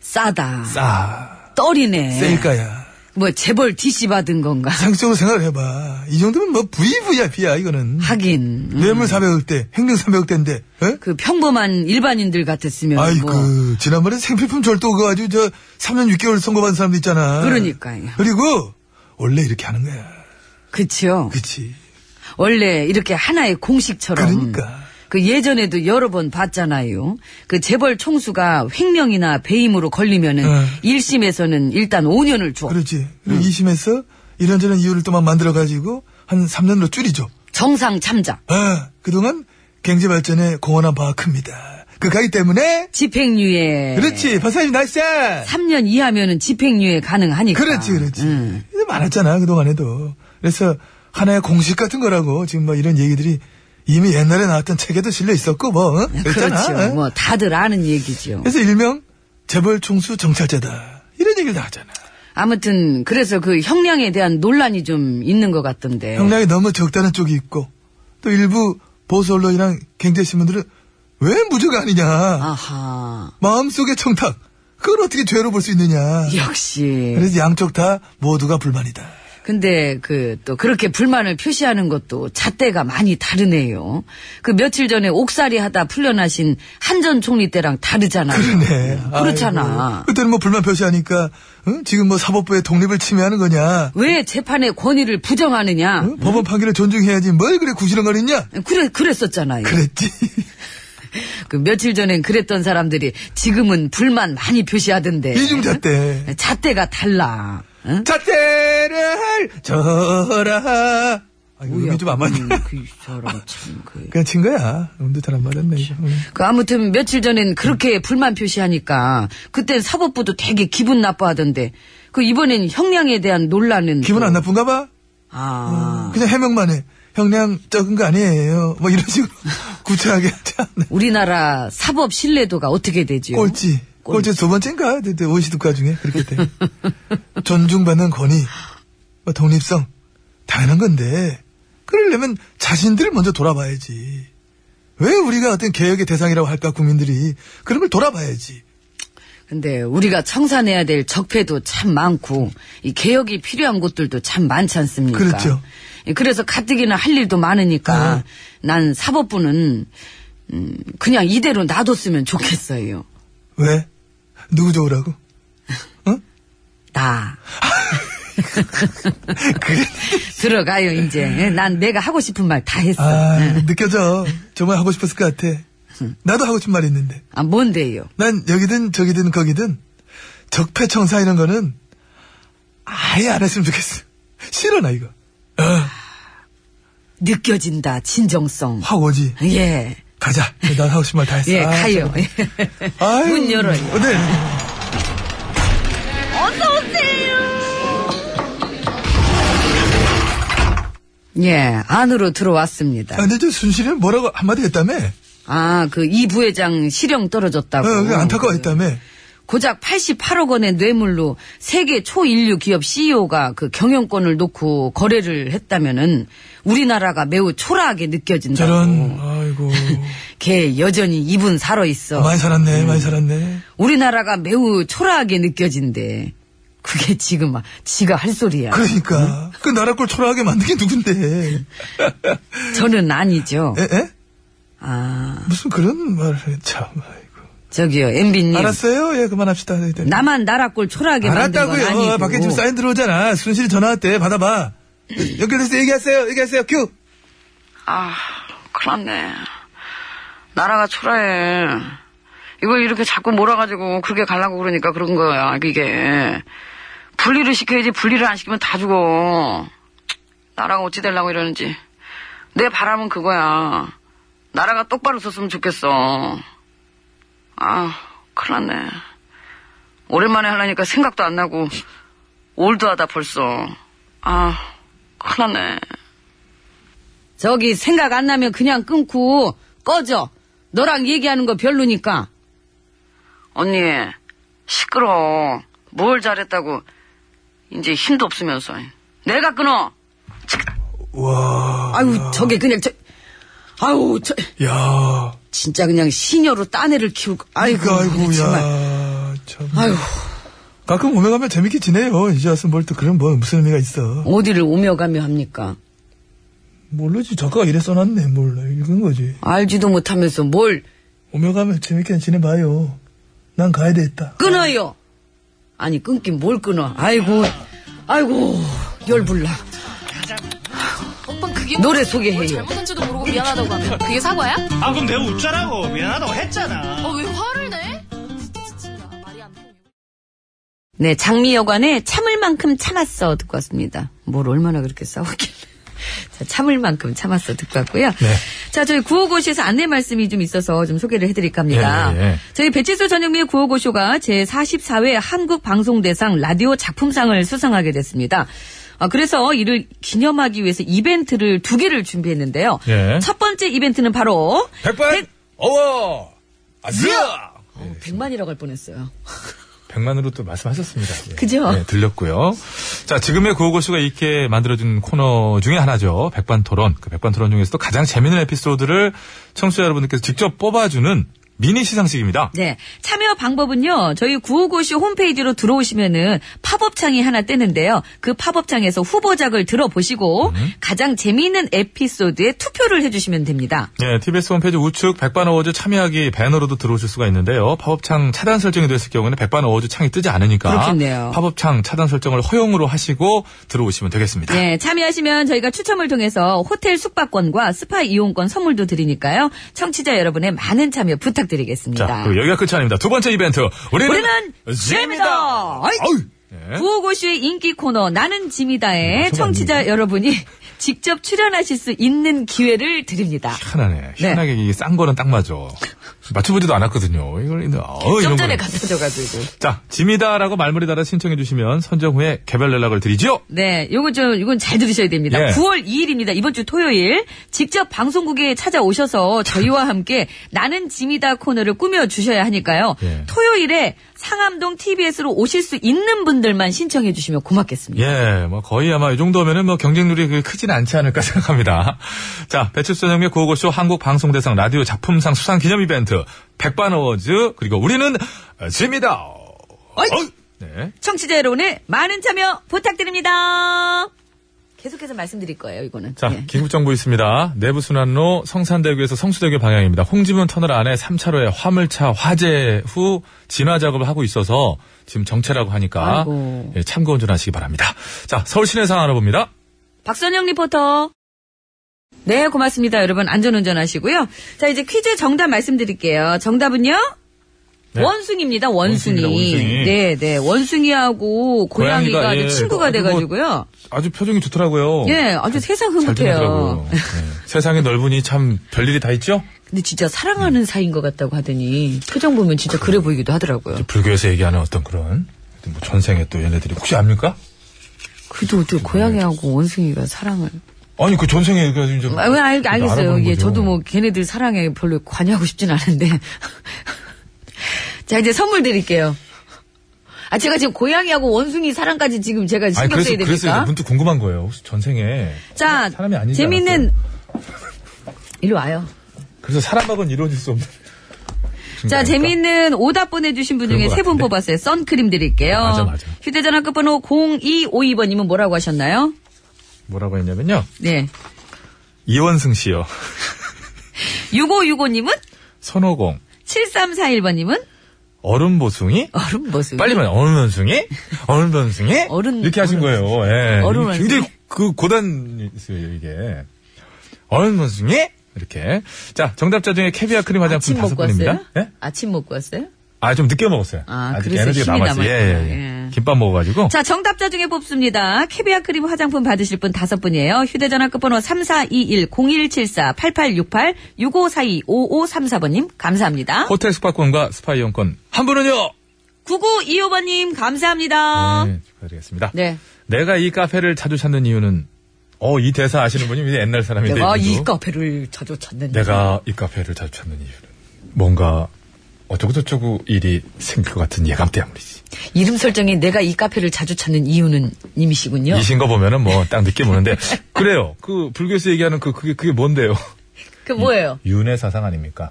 H: 싸다.
I: 싸.
H: 떨이네.
I: 셀까야.
H: 뭐 재벌 DC 받은 건가?
I: 상식적으로 생각을 해봐. 이 정도면 뭐, VVIP야, 이거는.
H: 하긴 음,
I: 뇌물 400억대, 횡령 300억대인데, 어?
H: 그 평범한 일반인들 같았으면
I: 아이,
H: 뭐
I: 그, 지난번에 생필품 절도 그거 아주 저, 3년 6개월 선고받은 사람도 있잖아.
H: 그러니까요.
I: 그리고, 원래 이렇게 하는 거야.
H: 그쵸.
I: 그치.
H: 원래 이렇게 하나의 공식처럼.
I: 그러니까.
H: 그 예전에도 여러 번 봤잖아요. 그 재벌 총수가 횡령이나 배임으로 걸리면은
I: 응.
H: 1심에서는 일단 5년을 줘.
I: 그렇지.
H: 음.
I: 그리고 2심에서 이런저런 이유를 또만 만들어가지고, 한 3년으로 줄이죠.
H: 정상 참작.
I: 아, 그동안 경제발전에 공헌한 바가 큽니다. 그가기 때문에,
H: 집행유예.
I: 그렇지. 박사님, 나이스!
H: 3년 이하면은 집행유예 가능하니까.
I: 그렇지, 그렇지.
H: 음.
I: 이게 많았잖아, 그동안에도. 그래서, 하나의 공식 같은 거라고, 지금 뭐 이런 얘기들이 이미 옛날에 나왔던 책에도 실려 있었고, 뭐, 어? 그랬잖아.
H: 그렇죠.
I: 어?
H: 뭐 다들 아는 얘기죠.
I: 그래서 일명 재벌 총수 정찰제다. 이런 얘기를 다 하잖아.
H: 아무튼 그래서 그 형량에 대한 논란이 좀 있는 것 같던데.
I: 예. 형량이 너무 적다는 쪽이 있고 또 일부 보수 언론이랑 경제신문들은 왜 무죄가 아니냐.
H: 아하.
I: 마음속의 청탁. 그걸 어떻게 죄로 볼 수 있느냐.
H: 예. 역시.
I: 그래서 양쪽 다 모두가 불만이다.
H: 근데 그 또 그렇게 불만을 표시하는 것도 잣대가 많이 다르네요. 그 며칠 전에 옥살이 하다 풀려나신 한전 총리 때랑 다르잖아요.
I: 그러네.
H: 그렇잖아.
I: 아이고. 그때는 뭐 불만 표시하니까 응? 지금 뭐 사법부의 독립을 침해하는 거냐.
H: 왜 재판의 권위를 부정하느냐?
I: 응? 법원 판결을 존중해야지 뭘 그래 구시렁거리냐.
H: 그래 그랬었잖아요.
I: 그랬지.
H: 그 며칠 전엔 그랬던 사람들이 지금은 불만 많이 표시하던데.
I: *laughs*
H: 예.
I: 이중잣대.
H: 잣대가 달라. 응?
I: 자태를 저라. 아, 이거 음이 좀 안 맞네.
H: 음, 그 사람 참 그.
I: 그냥 친 거야. 음도 잘 안 맞았네. 이거. 음.
H: 그 아무튼 며칠 전엔 그렇게 불만 표시하니까 그땐 사법부도 되게 기분 나빠하던데 그 이번엔 형량에 대한 논란은
I: 기분
H: 또-
I: 안 나쁜가 봐.
H: 아
I: 그냥 해명만 해. 형량 적은 거 아니에요. *laughs* 뭐 이런 식으로 구체하게 하지 않네.
H: 우리나라 사법 신뢰도가 어떻게 되지요?
I: 예. 꼴찌. 어제 두 번째인가? 네, 네, 오이시드과 중에 그렇게 *laughs* 돼. 존중받는 권위, 뭐 독립성 당연한 건데 그러려면 자신들을 먼저 돌아봐야지. 왜 우리가 어떤 개혁의 대상이라고 할까 국민들이 그런 걸 돌아봐야지.
H: 근데 우리가 청산해야 될 적폐도 참 많고 이 개혁이 필요한 곳들도 참 많지 않습니까?
I: 그렇죠.
H: 예, 그래서 가뜩이나 할 일도 많으니까
I: 아.
H: 난 사법부는 음, 그냥 이대로 놔뒀으면 좋겠어요.
I: 왜? 누구 좋으라고?
H: 나
I: 그래.
H: 들어가요 이제. 예, 난 내가 하고 싶은 말 다 했어.
I: 아,
H: 예.
I: 느껴져. 정말 하고 싶었을 것 같아. 나도 하고 싶은 말이 있는데.
H: 아 뭔데요?
I: 난 여기든 저기든 거기든 적폐청산 이런 거는 아예 안 했으면 좋겠어. 싫어, 나 이거.
H: 느껴진다 진정성.
I: 확 오지.
H: 예.
I: 가자. 난 하고 싶은 말 다 했어.
H: 예,
I: 아,
H: 가요.
I: 아유, 네.
H: 문 열어요.
I: 오늘
H: *laughs* 예, 안으로 들어왔습니다.
I: 아, 근데 저 순실이는 뭐라고 한마디 했다며? 어,
H: 아, 그 이 부회장 실형 떨어졌다고.
I: 아, 그냥 안타까워했다며?
H: 고작 88억 원의 뇌물로 세계 초인류 기업 CEO가 그 경영권을 놓고 거래를 했다면은 우리나라가 매우 초라하게 느껴진다고.
I: 저런, 아이고.
H: 걔 여전히 입은 살아 있어. 음.
I: 많이 살았네, 많이 살았네.
H: 우리나라가 매우 초라하게 느껴진대. 그게 지금 막 지가 할 소리야. 음?
I: 그러니까. 그 나라 꼴 초라하게 만든 게 누군데.
H: 저는 아니죠.
I: 에, 에?
H: 아,
I: 무슨 그런 말을 해, 참. 아이고.
H: 저기요, 엠비님.
I: 알았어요. 예, 그만합시다. 네, 네.
H: 나만 나라꼴 초라하게 만든 건
I: 알았다고요. 어,
H: 아니고.
I: 밖에 지금 사인 들어오잖아. 순실이 전화 왔대. 받아봐. 연결돼서 얘기하세요. 얘기하세요. 큐.
H: 아, 큰일 났네. 나라가 초라해. 이걸 이렇게 자꾸 몰아가지고 그렇게 가려고 그러니까 그런 거야, 이게. 분리를 시켜야지 분리를 안 시키면 다 죽어. 나라가 어찌 되려고 이러는지. 내 바람은 그거야. 나라가 똑바로 썼으면 좋겠어. 아, 큰일 났네. 오랜만에 하려니까 생각도 안 나고 올드하다 벌써. 아, 큰일 났네. 저기 생각 안 나면 그냥 끊고 꺼져. 너랑 얘기하는 거 별로니까. 언니 시끄러. 뭘 잘했다고 이제 힘도 없으면서 내가 끊어.
I: 와.
H: 아유 저게 그냥 저 아유 저
I: 야.
H: 진짜 그냥 시녀로 딴애를 키우고 아이고
I: 이거 그러니까, 아이고,
H: 정말
I: 야. 참.
H: 아유
I: 가끔 오며 가면 재밌게 지내요. 이제 와서 뭘 또 그런 뭐 무슨 의미가 있어.
H: 어디를 오며 가며 합니까?
I: 모르지. 작가가 이래 써놨네. 몰라. 읽은 거지.
H: 알지도 못하면서 뭘
I: 오며 가면 재밌게 지내봐요. 난 가야 되겠다.
H: 끊어요. 아니 끊긴 뭘 끊어. 아이고 아이고 열불나.
K: 오빠 그게 뭐
H: 노래 소개해요.
K: 잘못한지도 모르고 미안하다고 하면 그게 사과야?
L: 아 그럼 내가 웃자라고 미안하다고 했잖아.
K: 아 왜 화를 내? 진짜 말이 안 통해.
H: 네, 장미여관의 참을 만큼 참았어 듣고 왔습니다. 뭘 얼마나 그렇게 싸웠길래. 자, 참을 만큼 참았어 듣고 왔고요.
L: 네.
H: 자, 저희 구호고시에서 안내 말씀이 좀 있어서 좀 소개를 해드릴까 합니다.
F: 예, 예, 예.
H: 저희 배치수 전영미의 구호고쇼가 제44회 한국방송대상 라디오 작품상을 수상하게 됐습니다. 아, 그래서 이를 기념하기 위해서 이벤트를 두 개를 준비했는데요.
F: 예.
H: 첫 번째 이벤트는 바로
F: 백반 어워 아즈야
H: 어, 100만이라고 할 뻔했어요.
F: 백만으로 또 말씀하셨습니다. 예.
H: 그죠?
F: 예, 들렸고요. 자, 지금의 구호고수가 있게 만들어준 코너 중에 하나죠. 백반토론. 그 백반토론 중에서도 가장 재밌는 에피소드를 청취자 여러분들께서 직접 뽑아주는 미니 시상식입니다.
H: 네. 참여 방법은요, 저희 구호고시 홈페이지로 들어오시면은 팝업창이 하나 뜨는데요. 그 팝업창에서 후보작을 들어보시고
F: 음.
H: 가장 재미있는 에피소드에 투표를 해주시면 됩니다.
F: 예, TBS 홈페이지 우측 백반 어워즈 참여하기 배너로도 들어오실 수가 있는데요. 팝업창 차단 설정이 됐을 경우에는 백반 어워즈 창이 뜨지 않으니까
H: 그렇겠네요.
F: 팝업창 차단 설정을 허용으로 하시고 들어오시면 되겠습니다.
H: 네, 참여하시면 저희가 추첨을 통해서 호텔 숙박권과 스파 이용권 선물도 드리니까요. 청취자 여러분의 많은 참여 부탁드리겠습니다.
F: 자, 그리고 예. 여기가 끝이 아닙니다. 두 번째 이벤트. 우리는,
H: 우리는 짐이다. 어이!
F: 아유. 예.
H: 구호고쇼의 인기 코너 나는
F: 음,
H: 짐이다에 청취자 여러분이 *laughs* 직접 출연하실 수 있는 기회를 드립니다. 네.
F: 희한하네. 희한하게 이게 싼 거는 딱 맞아. 맞춰보지도 않았거든요. 이걸, 어,
H: 좀
F: 이런
H: 전에
F: 거.
H: 갖다 줘가지고.
F: 자, 짐이다라고 말머리 달아 신청해주시면 선정 후에 개별 연락을 드리죠.
H: 네, 요거 좀, 이건 잘 들으셔야 됩니다.
F: 예.
H: 9월 2일입니다. 이번 주 토요일. 직접 방송국에 찾아오셔서 저희와 함께 나는 짐이다 코너를 꾸며주셔야 하니까요.
F: 예.
H: 토요일에 상암동 TBS로 오실 수 있는 분들만 신청해주시면 고맙겠습니다.
F: 예, 뭐 거의 아마 이 정도면은 뭐 경쟁률이 그게 크진 않지 않을까 *laughs* 생각합니다. 자, 배칠수 선생님의 구호고쇼 한국방송대상 라디오 작품상 수상 기념 이벤트, 백반 어워즈, 그리고 우리는 짐이다.
H: 어이!
F: 어이! 네.
H: 청취자 여러분의 많은 참여 부탁드립니다. 계속해서 말씀드릴 거예요, 이거는.
F: 자,
H: 예.
F: 긴급 정보 있습니다. 내부 순환로 성산대교에서 성수대교 방향입니다. 홍지문 터널 안에 3차로에 화물차 화재 후 진화 작업을 하고 있어서 지금 정체라고 하니까
H: 아이고.
F: 예, 참고 운전하시기 바랍니다. 자, 서울 시내 상황 알아봅니다.
H: 박선영 리포터. 네, 고맙습니다. 여러분, 안전운전 하시고요. 자, 이제 퀴즈 정답 말씀드릴게요. 정답은요?
F: 네.
H: 원숭이입니다, 원숭이.
F: 원숭이입니다, 원숭이.
H: 네, 네. 원숭이하고 고양이가,
F: 고양이가,
H: 아주
F: 예,
H: 친구가
F: 아주
H: 돼가지고요.
F: 아주 표정이 좋더라고요.
H: 예, 아주 세상
F: 잘
H: 흐뭇해요.
F: 들리더라고요. 예. 세상이 넓으니 참 별일이 다 있죠?
H: 근데 진짜 사랑하는 사이인 것 같다고 하더니 표정 보면 진짜 그래 보이기도 하더라고요.
F: 불교에서 얘기하는 어떤 그런 뭐 전생에 또 얘네들이 혹시 압니까?
H: 그래도
F: 네.
H: 어떻게 고양이하고 원숭이가 사랑을.
F: 아니 그 전생에 얘기하지 이제
H: 아, 왜 알, 알겠어요.
F: 알아보는
H: 예,
F: 거죠.
H: 저도 뭐 걔네들 사랑에 별로 관여하고 싶진 않은데. *laughs* 자, 이제 선물 드릴게요. 아, 제가 지금 고양이하고 원숭이 사랑까지 지금 제가
F: 아니
H: 신경
F: 그래서
H: 써야 됩니까?
F: 그래서 이제 문득 궁금한 거예요. 혹시 전생에
H: 자,
F: 사람이 아니지
H: 재밌는 *laughs* 일로 와요.
F: 그래서 사람하고는 이루어질 수 없는.
H: 자,
F: 순간일까?
H: 재미있는 오답 보내주신 분
F: 그러니까. 그런 것
H: 중에 세 분
F: 같은데?
H: 뽑았어요. 선크림 드릴게요.
F: 아, 맞아, 맞아.
H: 휴대전화 끝번호 0252번님은 뭐라고 하셨나요?
F: 뭐라고 했냐면요.
H: 네.
F: 이원승 씨요.
H: 6565님은?
F: 선호공
H: 7341번님은?
F: 얼음 보숭이.
H: 얼음 모습.
F: 빨리 말해. 얼음
H: *laughs*
F: 원숭이. 얼음 원숭이.
H: 어른-
F: 이렇게 하신
H: 얼음
F: 거예요. 예.
H: 얼음
F: 이게 굉장히 그 고단 있어요 이게. 얼음 원숭이. 이렇게. 자, 정답자 중에 캐비아 크림 화장품
H: 아침
F: 다섯
H: 먹고
F: 분입니다.
H: 왔어요?
F: 예?
H: 아침 먹고 왔어요?
F: 아, 좀 늦게 먹었어요.
H: 아,
F: 아직
H: 그래서
F: 에너지가
H: 힘이
F: 남았어요. 예, 예,
H: 남았구나.
F: 예.
H: 예.
F: 김밥 먹어가지고.
H: *laughs* 자, 정답자 중에 뽑습니다. 캐비아 크림 화장품 받으실 분 다섯 분이에요. 휴대전화 끝번호 3421-0174-8868-6542-5534번님, 감사합니다.
F: 호텔 숙박권과 스파 이용권. 한 분은요!
H: 9925번님, 감사합니다.
F: 네, 축하드리겠습니다.
H: 어? 네.
F: 내가 이 카페를 자주 찾는 이유는, 어, 이 대사 아시는 분이 이제 옛날 사람인데.
H: 내가 이
F: 이분도.
H: 카페를 자주 찾는
F: 네, 내가 이 카페를 자주 찾는 이유는, 뭔가, 어쩌고저쩌고 일이 생길 것 같은 예감 때문이지.
H: 이유. 이름 설정이 내가 이 카페를 자주 찾는 이유는 님이시군요.
F: 이신 거 보면은 뭐, 딱 느낌 오는데. *laughs* 그래요. 그, 불교에서 얘기하는 그, 그게, 그게 뭔데요?
H: 그게 뭐예요?
F: 윤회 사상 아닙니까?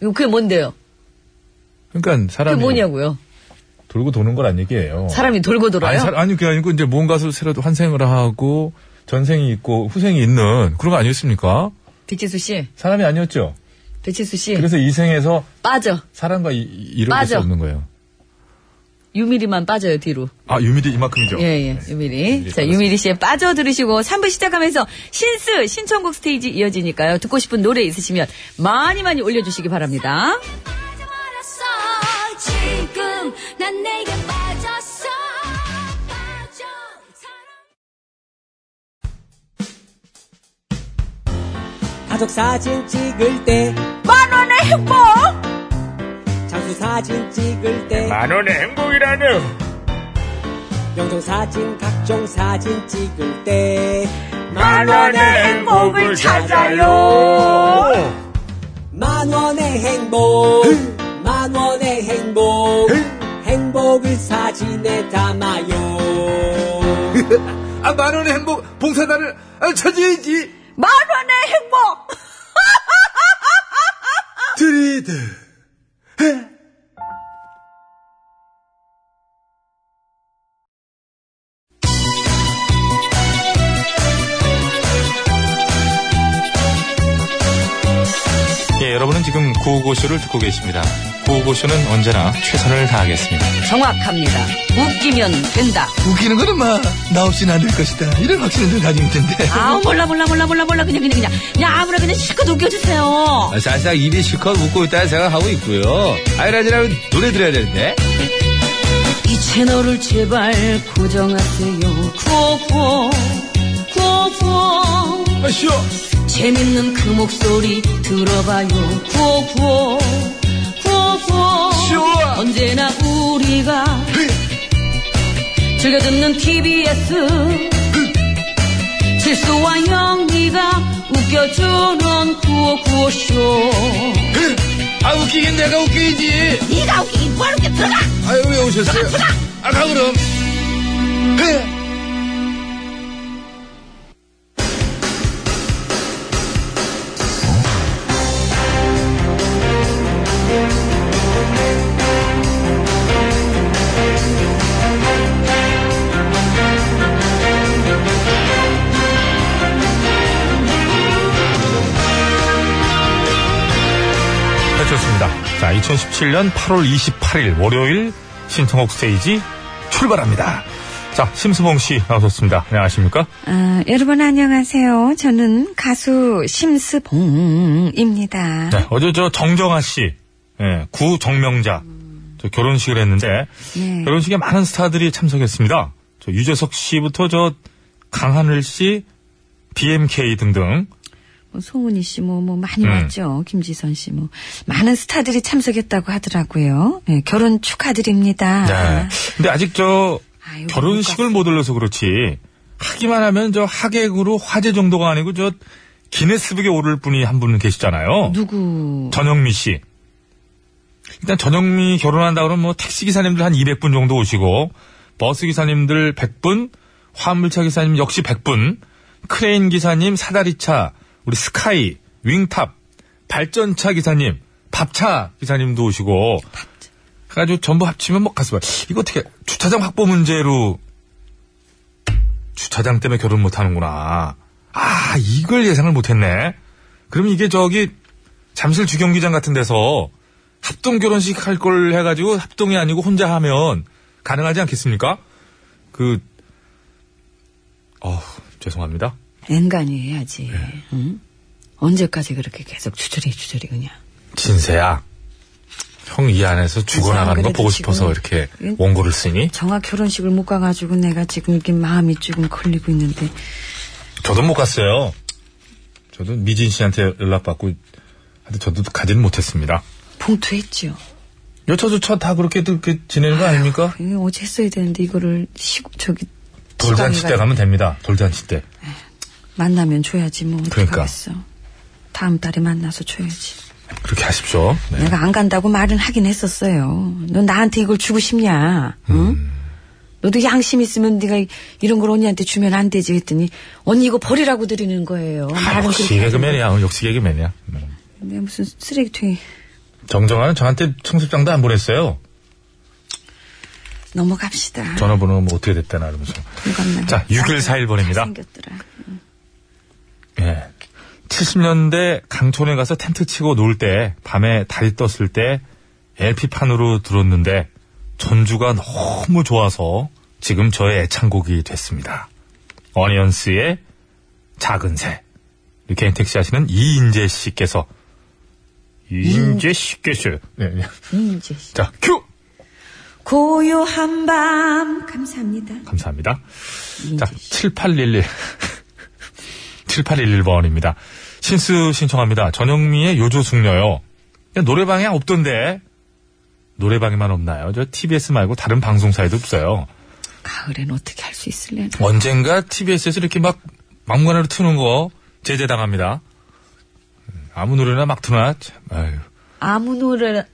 H: 이거 그게 뭔데요?
F: 그러니까
H: 그게
F: 사람이
H: 뭐냐고요?
F: 돌고 도는 거란 얘기예요.
H: 사람이 돌고
F: 아니,
H: 돌아요?
F: 사- 아니, 그게 아니고, 이제 뭔가서 새로 환생을 하고, 전생이 있고, 후생이 있는, 그런 거 아니었습니까?
H: 배치수 씨,
F: 사람이 아니었죠?
H: 배치수 씨,
F: 그래서 이 생에서
H: 빠져.
F: 사람과 이, 이뤄질 수
H: 맞아.
F: 없는 거예요.
H: 유미리만 빠져요, 뒤로.
F: 아, 유미리 이만큼이죠?
H: 예, 예, 유미리. 자, 유미리 씨의 빠져 들으시고 3부 시작하면서 신스 신청곡 스테이지 이어지니까요. 듣고 싶은 노래 있으시면 많이 많이 올려주시기 바랍니다.
B: 지금 난 내게 빠졌어. 빠져.
M: 가족 사진 찍을 때
H: 만원의 행복!
M: 장수 사진 찍을 때
N: 만원의 행복이라는
M: 영상 사진 각종 사진 찍을 때
N: 만원의 행복을 찾아요.
M: 만원의 행복 만원의 행복 행복을 사진에 담아요
A: 아, 만원의 행복 봉사단을 아, 찾아야지.
H: 만원의 행복!
A: 드리드.
F: 예, 여러분은 지금 구호고쇼를 듣고 계십니다. 구호고쇼는 언제나 최선을 다하겠습니다.
H: 정확합니다. 웃기면 된다.
A: 웃기는 거는 마, 나 없이는 안 될 것이다. 이런 확신을 늘 가지고 있던데.
H: 아우, 몰라, 몰라, 몰라, 몰라, 몰라. 그냥, 그냥, 그냥. 그냥 아무나 그냥 실컷 웃겨주세요.
A: 아, 살짝 입이 실컷 웃고 있다는 생각하고 있고요. 아이라지라면 노래 들어야 되는데.
H: 이 채널을 제발 고정하세요. 구호구호, 구호구호.
F: 아, 쉬워!
H: 재밌는 그 목소리 들어봐요 구호구호 없어 언제나 우리가 즐겨 듣는 TBS 실수와 영리가 웃겨주는 구호구호쇼
A: 아 웃기긴 내가 웃기지.
B: 네가 웃기긴 뭘 웃겨 들어가
A: 아유 왜 오셨어요? 아가 그럼. 그.
F: 네, 좋습니다. 자, 2017년 8월 28일 월요일 신청곡 스테이지 출발합니다. 자, 심수봉 씨 나오셨습니다. 안녕하십니까?
H: 아, 여러분 안녕하세요 저는 가수 심스봉입니다
F: 네, 어제 저 정정아 씨, 예, 구정명자 저 결혼식을 했는데
N: 예.
H: 네.
F: 결혼식에 많은 스타들이 참석했습니다. 저 유재석 씨부터 저 강하늘 씨, BMK 등등.
H: 뭐 송은이 씨, 뭐, 뭐, 많이
F: 음.
H: 왔죠. 김지선 씨, 뭐. 많은 스타들이 참석했다고 하더라고요. 네, 결혼 축하드립니다.
F: 네. 근데 아직 저
H: 아유,
F: 결혼식을 못 올려서 그렇지 하기만 하면 저 하객으로 화제 정도가 아니고 저 기네스북에 오를 분이 한 분 계시잖아요.
H: 누구?
F: 전영미 씨. 일단 전영미 결혼한다 그러면 뭐 택시 기사님들 한 200분 정도 오시고 버스 기사님들 100분, 화물차 기사님 역시 100분, 크레인 기사님, 사다리차, 우리 스카이, 윙탑, 발전차 기사님, 밥차 기사님도 오시고 그래가지고 전부 합치면 뭐 가서 봐. 이거 어떻게 주차장 확보 문제로 주차장 때문에 결혼 못 하는구나. 아, 이걸 예상을 못 했네. 그럼 이게 저기 잠실 주경기장 같은 데서 합동 결혼식 할 걸 해가지고 합동이 아니고 혼자 하면 가능하지 않겠습니까? 그, 어 죄송합니다.
H: 앵간히 해야지.
F: 네.
H: 응? 언제까지 그렇게 계속 주저리 주저리 그냥.
F: 진세야. 형 이 안에서 죽어나가는 거
H: 그래도
F: 보고
H: 지금
F: 싶어서 이렇게
H: 응?
F: 원고를 쓰니?
H: 정확 결혼식을 못 가가지고 내가 지금 이렇게 마음이 조금 걸리고 있는데.
F: 저도 못 갔어요. 저도 미진 씨한테 연락받고, 하여튼 저도 가지는 못했습니다.
H: 봉투했죠.
F: 여차저차 다 그렇게 그렇게 지내는 거 아닙니까?
H: 이거 어제 했어야 되는데 이거를 시국 저기
F: 돌잔치 때
H: 지방에
F: 가면 됩니다. 돌잔치 때.
H: 만나면 줘야지 뭐
F: 그러니까.
H: 어떡하겠어. 다음 달에 만나서 줘야지.
F: 그렇게 하십시오. 네.
H: 내가 안 간다고 말은 하긴 했었어요. 너 나한테 이걸 주고 싶냐? 응?
F: 음.
H: 너도 양심 있으면 네가 이- 이런 걸 언니한테 주면 안 되지 했더니 언니 이거 버리라고 드리는 거예요.
F: 아,
H: 말은
F: 역시
H: 그렇게 하는데.
F: 개그맨이야. 역시 개그맨이야. 음.
H: 내가 무슨 쓰레기통에
F: 정정아는 저한테 청첩장도 안 보냈어요.
H: 넘어갑시다. 뭐
F: 전화번호 뭐 어떻게 됐다나 이러면서.
H: 이것만.
F: 자, 6141번입니다.
H: 생겼더라.
F: 예. 70년대 강촌에 가서 텐트 치고 놀 때, 밤에 달이 떴을 때, LP판으로 들었는데, 전주가 너무 좋아서 지금 저의 애창곡이 됐습니다. 어니언스의 작은 새. 이 개인 택시 하시는 이인재 씨께서, 이인재 씨께서, 네, 네.
H: 이제
F: 자, 큐!
H: 고요한 밤 감사합니다.
F: 감사합니다.
H: 이제
F: 자, *laughs* 7811. 7811번입니다. 신스 신청합니다. 전영미의 요조 숙녀요. 그냥 노래방에 없던데. 노래방에만 없나요? 저 TBS 말고 다른 방송사에도 없어요.
H: 가을엔 어떻게 할 수 있을래?
F: 언젠가 TBS에서 이렇게 막 막무가내로 트는 거 제재당합니다. 음, 아무 노래나 막 트나? 참, 아유.
H: 아무 노래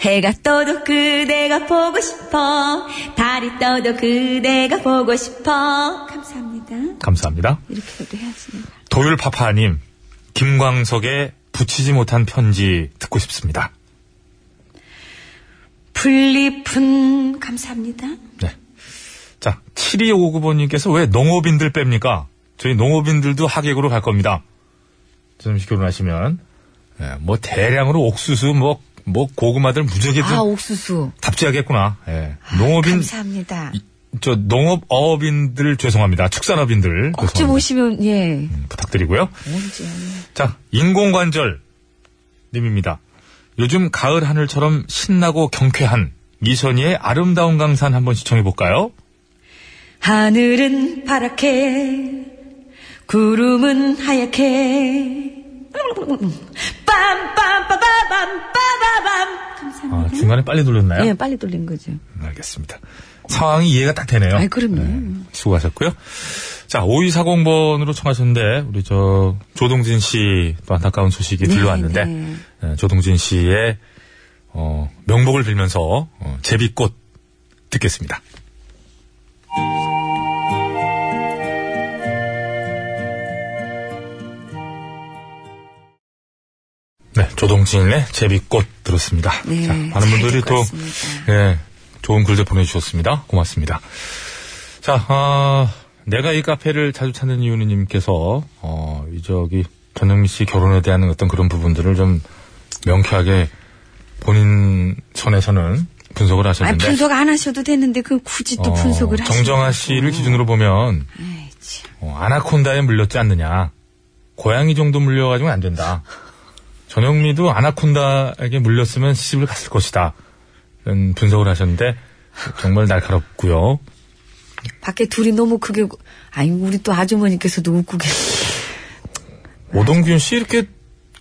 H: 해가 떠도 그대가 보고 싶어 달이 떠도 그대가 보고 싶어 감사합니다
F: 감사합니다.
H: 이렇게라도 해야지 내가
F: 도율파파님, 김광석의 붙이지 못한 편지 듣고 싶습니다.
H: 풀잎은 감사합니다
F: 네. 자, 7259번님께서 왜 농업인들 뺍니까? 저희 농업인들도 하객으로 갈 겁니다. 잠시 결혼하시면. 예, 뭐 대량으로 옥수수, 뭐, 뭐 고구마들 무지하게
H: 아
F: 좀
H: 옥수수
F: 답지하겠구나. 예. 농업인,
H: 아, 감사합니다
F: 저 농업어업인들 죄송합니다. 축산업인들
H: 꼭 좀
F: 죄송합니다.
H: 오시면 예
F: 음, 부탁드리고요.
H: 언제
F: 자, 인공관절 님입니다. 요즘 가을 하늘처럼 신나고 경쾌한 이선희의 아름다운 강산 한번 시청해 볼까요? 아,
H: 하늘은 파랗게 구름은 하얗게 빠
B: 빰빰빠바밤빠바밤 감사합니다.
F: 아, 중간에 빨리 돌렸나요?
H: 예, 빨리 돌린 거죠.
F: 알겠습니다. 상황이 이해가 딱 되네요.
H: 아이, 그럼요.
F: 수고하셨고요. 자, 5240번으로 청하셨는데, 우리 저, 조동진 씨, 또 안타까운 소식이
H: 네,
F: 들려왔는데,
H: 네.
F: 예, 조동진 씨의, 어, 명복을 빌면서, 어, 제비꽃 듣겠습니다. 네, 조동진의 제비꽃 들었습니다.
H: 네,
F: 자,
H: 잘
F: 많은 분들이
H: 듣고
F: 또,
H: 왔습니다.
F: 예, 좋은 글들 보내주셨습니다. 고맙습니다. 자, 아, 내가 이 카페를 자주 찾는 이유는 님께서, 어, 이 저기, 전영미 씨 결혼에 대한 어떤 그런 부분들을 좀 명쾌하게 본인 선에서는 분석을
H: 아니,
F: 하셨는데.
H: 분석 안 하셔도 되는데, 그 굳이 또
F: 어,
H: 분석을 하시
F: 정정아 씨를 기준으로 보면,
H: 아이, 참.
F: 어, 아나콘다에 물렸지 않느냐. 고양이 정도 물려가지고는 안 된다. 전영미도 아나콘다에게 물렸으면 시집을 갔을 것이다. 이런 분석을 하셨는데, 정말 날카롭고요
H: 밖에 둘이 너무 크게, 구- 아니, 우리 또 아주머니께서도 웃고 계시
F: 오동균 씨 이렇게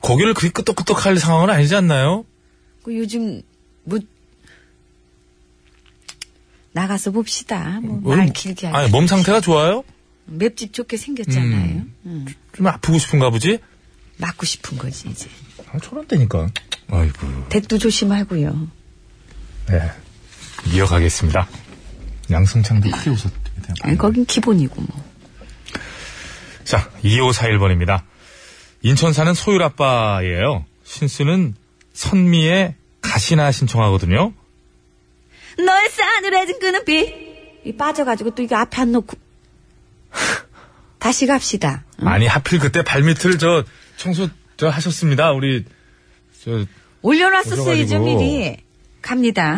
F: 고개를 그리 끄떡끄떡 할 상황은 아니지 않나요?
H: 고그 요즘, 뭐, 나가서 봅시다. 뭐, 말 길게 하지.
F: 음, 아니, 몸 상태가 좋아요?
H: 맵집 좋게 생겼잖아요. 음.
F: 좀 아프고 싶은가 보지?
H: 맞고 싶은 거지, 이제.
F: 아, 저런 때니까. 아이고.
H: 댁도 조심하고요.
F: 네. 이어가겠습니다. 양승창도 크게 웃었기
H: 아니, 거긴 기본이고, 뭐.
F: 자, 2541번입니다. 인천 사는 소율 아빠예요. 신수는 선미의 가시나 신청하거든요.
H: 음.
B: 널 싸늘해진 그 눈빛
H: 이 빠져가지고 또 이거 앞에 안 놓고. 다시 갑시다.
F: 아니, 하필 그때 발밑을 저 청소 저 하셨습니다. 우리 저
H: 올려놨었어야죠,
F: 오셔가지고.
H: 미리. 갑니다.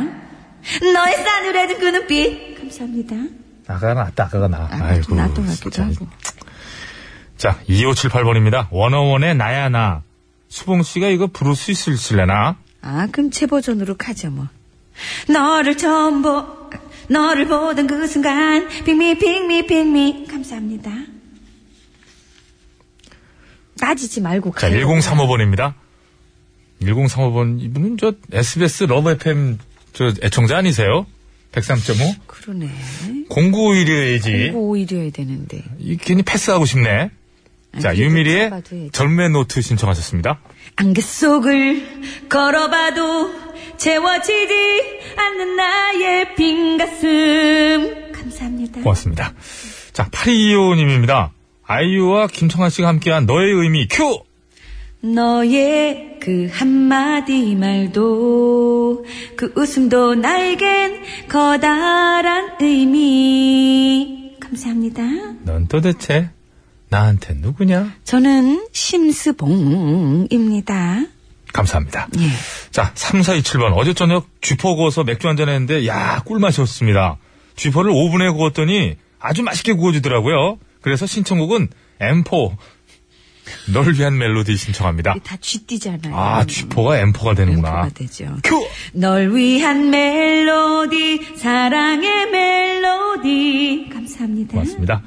B: 널 싸늘해진 그 눈빛
H: 감사합니다.
F: 아가 나왔다, 아가가 나.
H: 아, 이고 나도 같기도 하고.
F: 자, 2578번입니다. 원어원의 나야나. 수봉 씨가 이거 부를 수 있을실래나?
H: 아, 그럼 제 버전으로 가죠, 뭐.
B: 너를 처음 보 너를 보던 그 순간 핑미 핑미 핑미 감사합니다
H: 따지지 말고
F: 자,
H: 가요.
F: 1035번입니다. 1035번 이분은 저 SBS 러브 FM 저 애청자 아니세요? 103.5?
H: 그러네.
F: 0951이지.
H: 오일이어야 되는데.
F: 이 괜히 패스하고 싶네. 자,
H: 그래도
F: 유미리의
H: 쳐봐도 해야지.
F: 젊음의 노트 신청하셨습니다.
B: 안개 속을 걸어봐도 채워지지 않는 나의 빈 가슴 감사합니다
F: 고맙습니다. 자, 8225님입니다. 아이유와 김청한 씨가 함께한 너의 의미 큐!
B: 너의 그 한마디 말도 그 웃음도 나에겐 커다란 의미 감사합니다
F: 넌 도대체 나한테 누구냐?
H: 저는 심스봉입니다.
F: 감사합니다.
H: 예.
F: 자, 3427번. 어제 저녁 쥐포 구워서 맥주 한잔 했는데, 야, 꿀맛이었습니다. 쥐포를 오븐에 구웠더니 아주 맛있게 구워주더라고요. 그래서 신청곡은 M4. 널 위한 멜로디 신청합니다.
H: 이게 다 쥐띠잖아요.
F: 아, 쥐포가 M4가 되는구나.
H: 가 되죠.
F: 큐!
B: 널 위한 멜로디 사랑의 멜로디 감사합니다
F: 고맙습니다.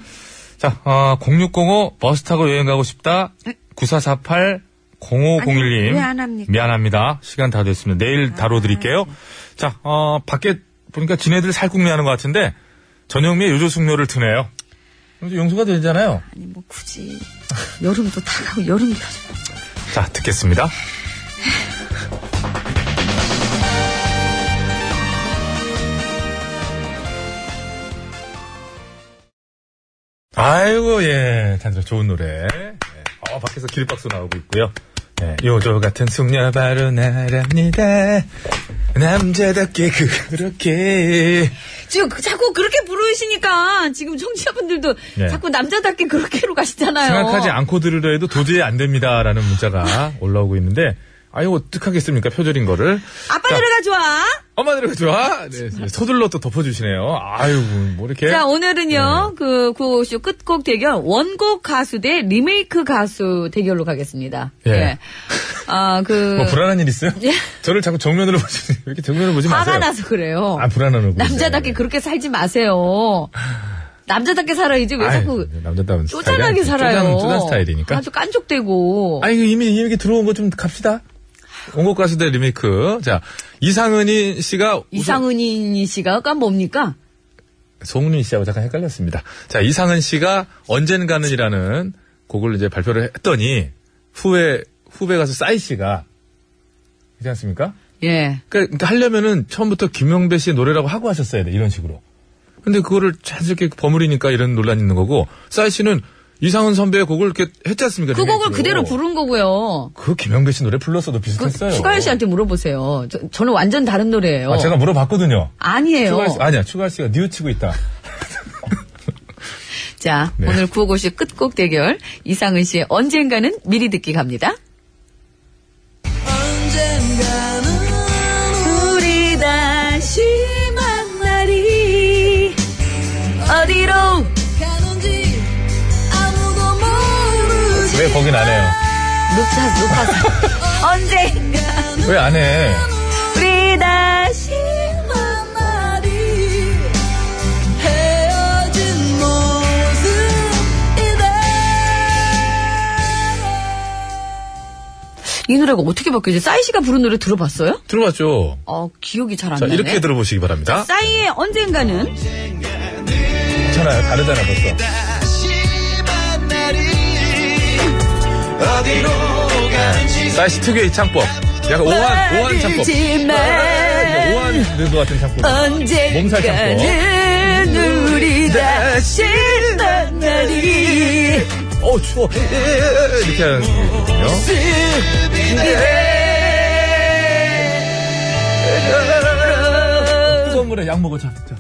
F: 자, 아, 0605 버스 타고 여행 가고 싶다. 9448 0501님.
H: 네. 아니, 왜안 합니까? 아, 네.
F: 미안합니다. 시간 다 됐습니다. 내일 다뤄드릴게요. 자, 어, 밖에 보니까 지네들 살궁리 하는 것 같은데, 전영미의 요조숙녀를 트네요. 이제 용서가 되잖아요.
H: 아니, 뭐 굳이. 여름도 다가고, 여름도 가죠.
F: 자, 듣겠습니다. 아이고, 예. 단들 좋은 노래. 예. 어, 밖에서 기립박수 나오고 있고요. 예, 요조 같은 숙녀 바로 나랍니다. 남자답게 그, 그렇게.
H: 지금 그- 자꾸 그렇게 부르시니까 지금 청취자분들도
F: 네.
H: 자꾸 남자답게 그렇게로 가시잖아요. 어.
F: 생각하지 않고 들으려 해도 도저히 안 됩니다라는 문자가 올라오고 있는데, 아유, 어떡하겠습니까? 표절인 거를.
H: 아빠
F: 자,
H: 노래가 좋아.
F: 엄마들이 좋아? 네, 네, 서둘러 또 덮어주시네요. 아이고, 뭐 이렇게.
H: 자,
F: 네.
H: 오늘은요, 그, 구호쇼 끝곡 대결, 원곡 가수 대 리메이크 가수 대결로 가겠습니다.
F: 예.
H: 아, 그,
F: *laughs* 뭐 불안한 일 있어요? 저를 자꾸 정면으로 보지, 왜 이렇게 정면으로 보지 마세요.
H: 화가 나서 그래요.
F: 아, 불안한 얼굴.
H: 남자답게 그렇게 살지 마세요. 남자답게 살아야지 왜
F: 아이,
H: 자꾸
F: 남자다운 스타일이야.
H: 쪼잔하게 살아요.
F: 쪼잔, 쪼잔 스타일이니까.
H: 아주 뭐. 깐족대고.
F: 아니, 이미 이렇게 들어온 거 좀 갑시다. 원곡 가수대 리메이크. 자, 이상은이 씨가. 우선-
H: 이상은이 씨가 깐 뭡니까?
F: 송은이 씨하고 잠깐 헷갈렸습니다. 자, 이상은 씨가 언젠가는이라는 곡을 이제 발표를 했더니 후에 후배 가수 싸이 씨가 그렇지 않습니까?
H: 예.
F: 그러니까 하려면은 처음부터 김영배 씨의 노래라고 하고 하셨어야 돼 이런 식으로. 근데 그거를 자연스럽게 버무리니까 이런 논란이 있는 거고 싸이 씨는 이상은 선배의 곡을 이렇게 했지 않습니까?
H: 그 곡을
F: 리메이크로.
H: 그대로 부른 거고요.
F: 그 김영배 씨 노래 불렀어도
H: 그
F: 비슷했어요.
H: 추가열 씨한테 물어보세요. 저, 는 완전 다른 노래예요.
F: 아, 제가 물어봤거든요.
H: 니에요
F: 추가할 씨, 아니야 추가할 씨가 뉘우치고 있다.
H: 자,
F: 네.
H: 오늘 구호고시 끝곡 대결 이상은 씨의 언젠가는 미리 듣기 갑니다. 언젠가는 우리 다시 만나리 어디로 가는지 아무도 모르지
F: 왜 거긴 안 해요?
H: 높아서 높아서 언젠가
F: 왜 안 해?
H: 우리 다시 만나리 헤어진 모습이다 이 노래가 어떻게 바뀌지? 싸이 씨가 부른 노래 들어봤어요?
F: 들어봤죠.
H: 어 기억이 잘 안
F: 자
H: 나네.
F: 이렇게 들어보시기 바랍니다.
H: 싸이의 언젠가는
F: 괜찮아요. 다르잖아, 벌써. 날씨 특유의 이 창법. 약간 오한, 오한 창법. 아,
H: 지만
F: 오한 늙어 같은 창법. 몸살
H: 언젠가는 우리 다시 만나리
F: 어, 추워. 이렇게 하는 거거든요. 뜨거운 물에 약 먹어, 자. 자.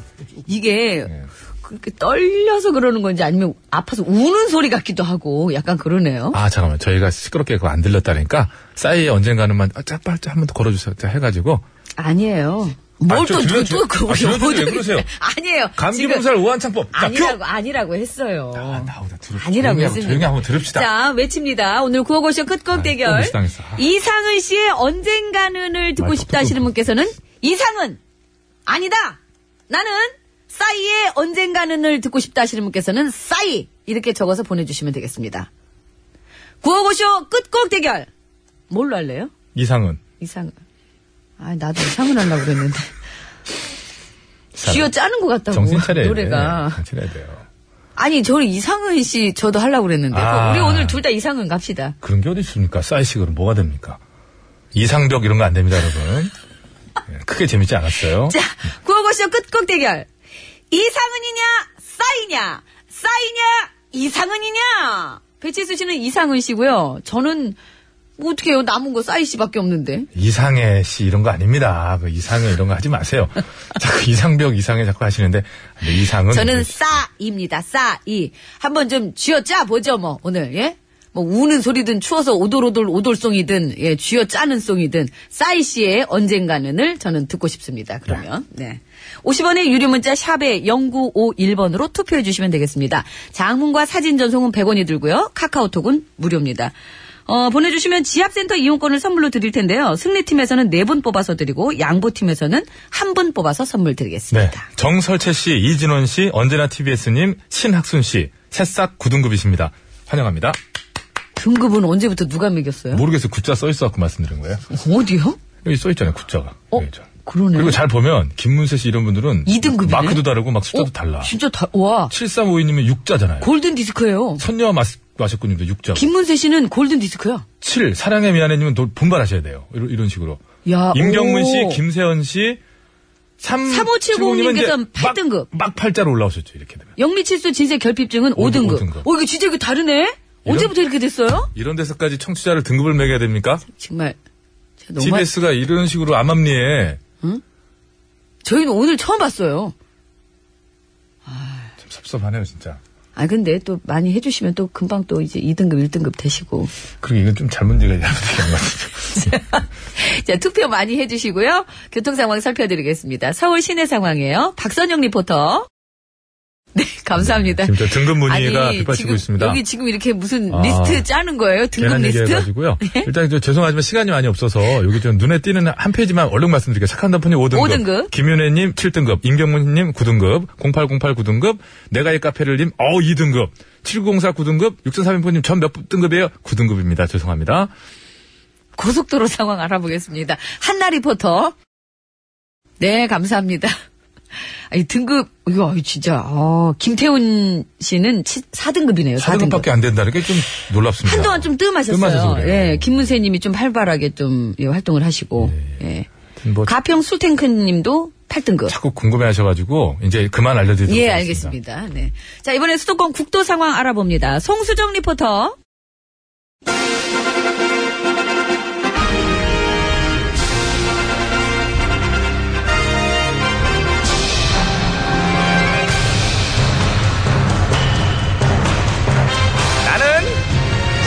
H: 이게
F: 네.
H: 그렇게 떨려서 그러는 건지 아니면 아파서 우는 소리 같기도 하고 약간 그러네요.
F: 아, 잠깐만. 저희가 시끄럽게 그거 안 들렸다니까. 싸이의 언젠가는만, 아, 짝발, 한번 더 걸어주세요. 자, 해가지고.
H: 아, 니에요
F: 아, 저
H: 뭘또
F: 들려-
H: 누구
F: 저- 아, 들려줘요. 왜 그러세요?
H: *laughs* 아니에요.
F: 감기
H: 지금
F: 몸살 오한 창법. 자, 큐!
H: 아니라고 아니라고 했어요.
F: 아, 나오다. 들읍시다.
H: 아니라고
F: 조용히 하고-
H: 했습니다.
F: 조용히 한번 들읍시다.
H: 자 외칩니다. 오늘 구호고쇼 끝곡
F: 또
H: 대결
F: 무시당했어. 아.
H: 이상은 씨의 언젠가는을 듣고
F: 아,
H: 싶다 하시는 분께서는 이상은 아니다 나는 싸이의 언젠가는을 듣고 싶다 하시는 분께서는 싸이 이렇게 적어서 보내주시면 되겠습니다. 구호고쇼 끝곡 대결 뭘로 할래요?
F: 이상은.
H: 이상은 아 나도 이상은 하려고 그랬는데 쥐어 짜는 것 같다고
F: 정신 차려야
H: 뭐, 노래가
F: 돼. 정신 차려야 돼요.
H: 아니 저는 이상은 씨 저도 하려고 그랬는데
F: 아.
H: 우리 오늘 둘 다 이상은 갑시다.
F: 그런 게 어디 있습니까? 싸이식으로 뭐가 됩니까? 이상벽 이런 거 안 됩니다, 여러분. 예, 크게 재밌지 않았어요.
H: 자, 구호고쇼 끝곡 대결. 이상은이냐, 싸이냐, 싸이냐, 이상은이냐. 배치수 씨는 이상은 씨고요. 저는 뭐 어떻게 해요? 남은 거 싸이 씨밖에 없는데.
F: 이상해 씨 이런 거 아닙니다. 그 이상해 이런 거 하지 마세요. 자꾸 그 이상벽 이상해 자꾸 하시는데 근데 이상은
H: 저는 싸입니다. 싸이. 한번 좀 쥐어짜 보죠, 뭐 오늘 예. 뭐 우는 소리든 추워서 오돌오돌 오돌송이든 예 쥐어짜는 송이든 싸이 씨의 언젠가는을 저는 듣고 싶습니다. 그러면 네. 50원의 유료 문자 샵에 0951번으로 투표해 주시면 되겠습니다. 장문과 사진 전송은 100원이 들고요. 카카오톡은 무료입니다. 어, 보내주시면 지압센터 이용권을 선물로 드릴 텐데요. 승리팀에서는 4분 뽑아서 드리고 양보팀에서는 1분 뽑아서 선물
F: 네.
H: 드리겠습니다.
F: 정설채 씨, 이진원 씨, 언제나 TBS님, 신학순 씨, 새싹 9등급이십니다. 환영합니다.
H: 등급은 언제부터 누가 매겼어요?
F: 모르겠어요. 굿자 써 있어갖고 말씀드린 거예요.
H: 어디요?
F: 여기 써 있잖아요. 굿자가.
H: 어?
F: 여기 저.
H: 그러네.
F: 그리고 잘 보면 김문세 씨 이런 분들은
H: 이 등급이네.
F: 마크도 다르고 막 숫자도
H: 어,
F: 달라.
H: 진짜 다, 와.
F: 7352님은 육자잖아요
H: 골든 디스크예요
F: 선녀와 마스, 마셨군님도 육자
H: 김문세 씨는 골든 디스크야.
F: 7. 사랑의 미안해님은 도- 분발하셔야 돼요. 이런, 이런 식으로.
H: 야,
F: 임경문
H: 아, 오.
F: 씨, 김세현 씨, 3,
H: 3570 님께서는 팔 등급.
F: 막 8자로 올라오셨죠. 이렇게 되면.
H: 영리칠수 진세 결핍증은
F: 오 등-
H: 5등급.
F: 오 등급.
H: 어, 이거 진짜 이거 다르네? 언제부터 이렇게 됐어요?
F: 이런 데서까지 청취자를 등급을 매겨야 됩니까?
H: 정말. 제가 너무 할-
F: TBS가 이런 식으로 암암리에
H: 저희는 오늘 처음 봤어요.
F: 참 섭섭하네요, 진짜.
H: 아, 근데 또 많이 해주시면 또 금방 또 이제 2등급, 1등급 되시고.
F: 그리고 이건 좀 잘못 제가 잘못된 것 같아요.
B: *laughs*
H: 자, 투표 많이 해주시고요. 교통 상황 살펴드리겠습니다. 서울 시내 상황이에요. 박선영 리포터.
B: *laughs* 네, 감사합니다.
F: 지금 저 등급 문의가
B: 아니,
F: 빗발치고
B: 지금
F: 있습니다.
B: 여기 지금 이렇게 무슨
F: 아,
B: 리스트 짜는 거예요? 등급
F: 괜한
B: 리스트? 네.
F: 얘기해가지고요. 일단 저 죄송하지만 시간이 많이 없어서 여기 좀 눈에 띄는 한 페이지만 얼른 말씀드릴게요. 착한 단푼이 5등급,
B: 오 등급.
F: 김윤혜님 7등급, 임경문님 9등급, 0808 9등급, 내가 이 카페를님 어 2등급, 7904 9등급, 6331님 전 몇 등급이에요? 9등급입니다. 죄송합니다.
B: *laughs* 고속도로 상황 알아보겠습니다. 한나 리포터. 네, 감사합니다. *laughs* 아니, 등급, 이거 진짜, 아, 김태훈 씨는 4등급이네요, 4등급.
F: 4등급밖에 안 된다는 게 좀 놀랍습니다.
B: 한동안 좀
F: 뜸하셔서
B: 뜸하셨어요.
F: 그래요.
B: 예, 김문세 님이 좀 활발하게 좀 예, 활동을 하시고, 예.
F: 뭐
B: 가평 수탱크 님도 8등급.
F: 자꾸 궁금해하셔가지고 이제 그만 알려드리도록
B: 예,
F: 하겠습니다.
B: 알겠습니다. 네. 자, 이번에 수도권 국도 상황 알아봅니다. 송수정 리포터.
O: 나는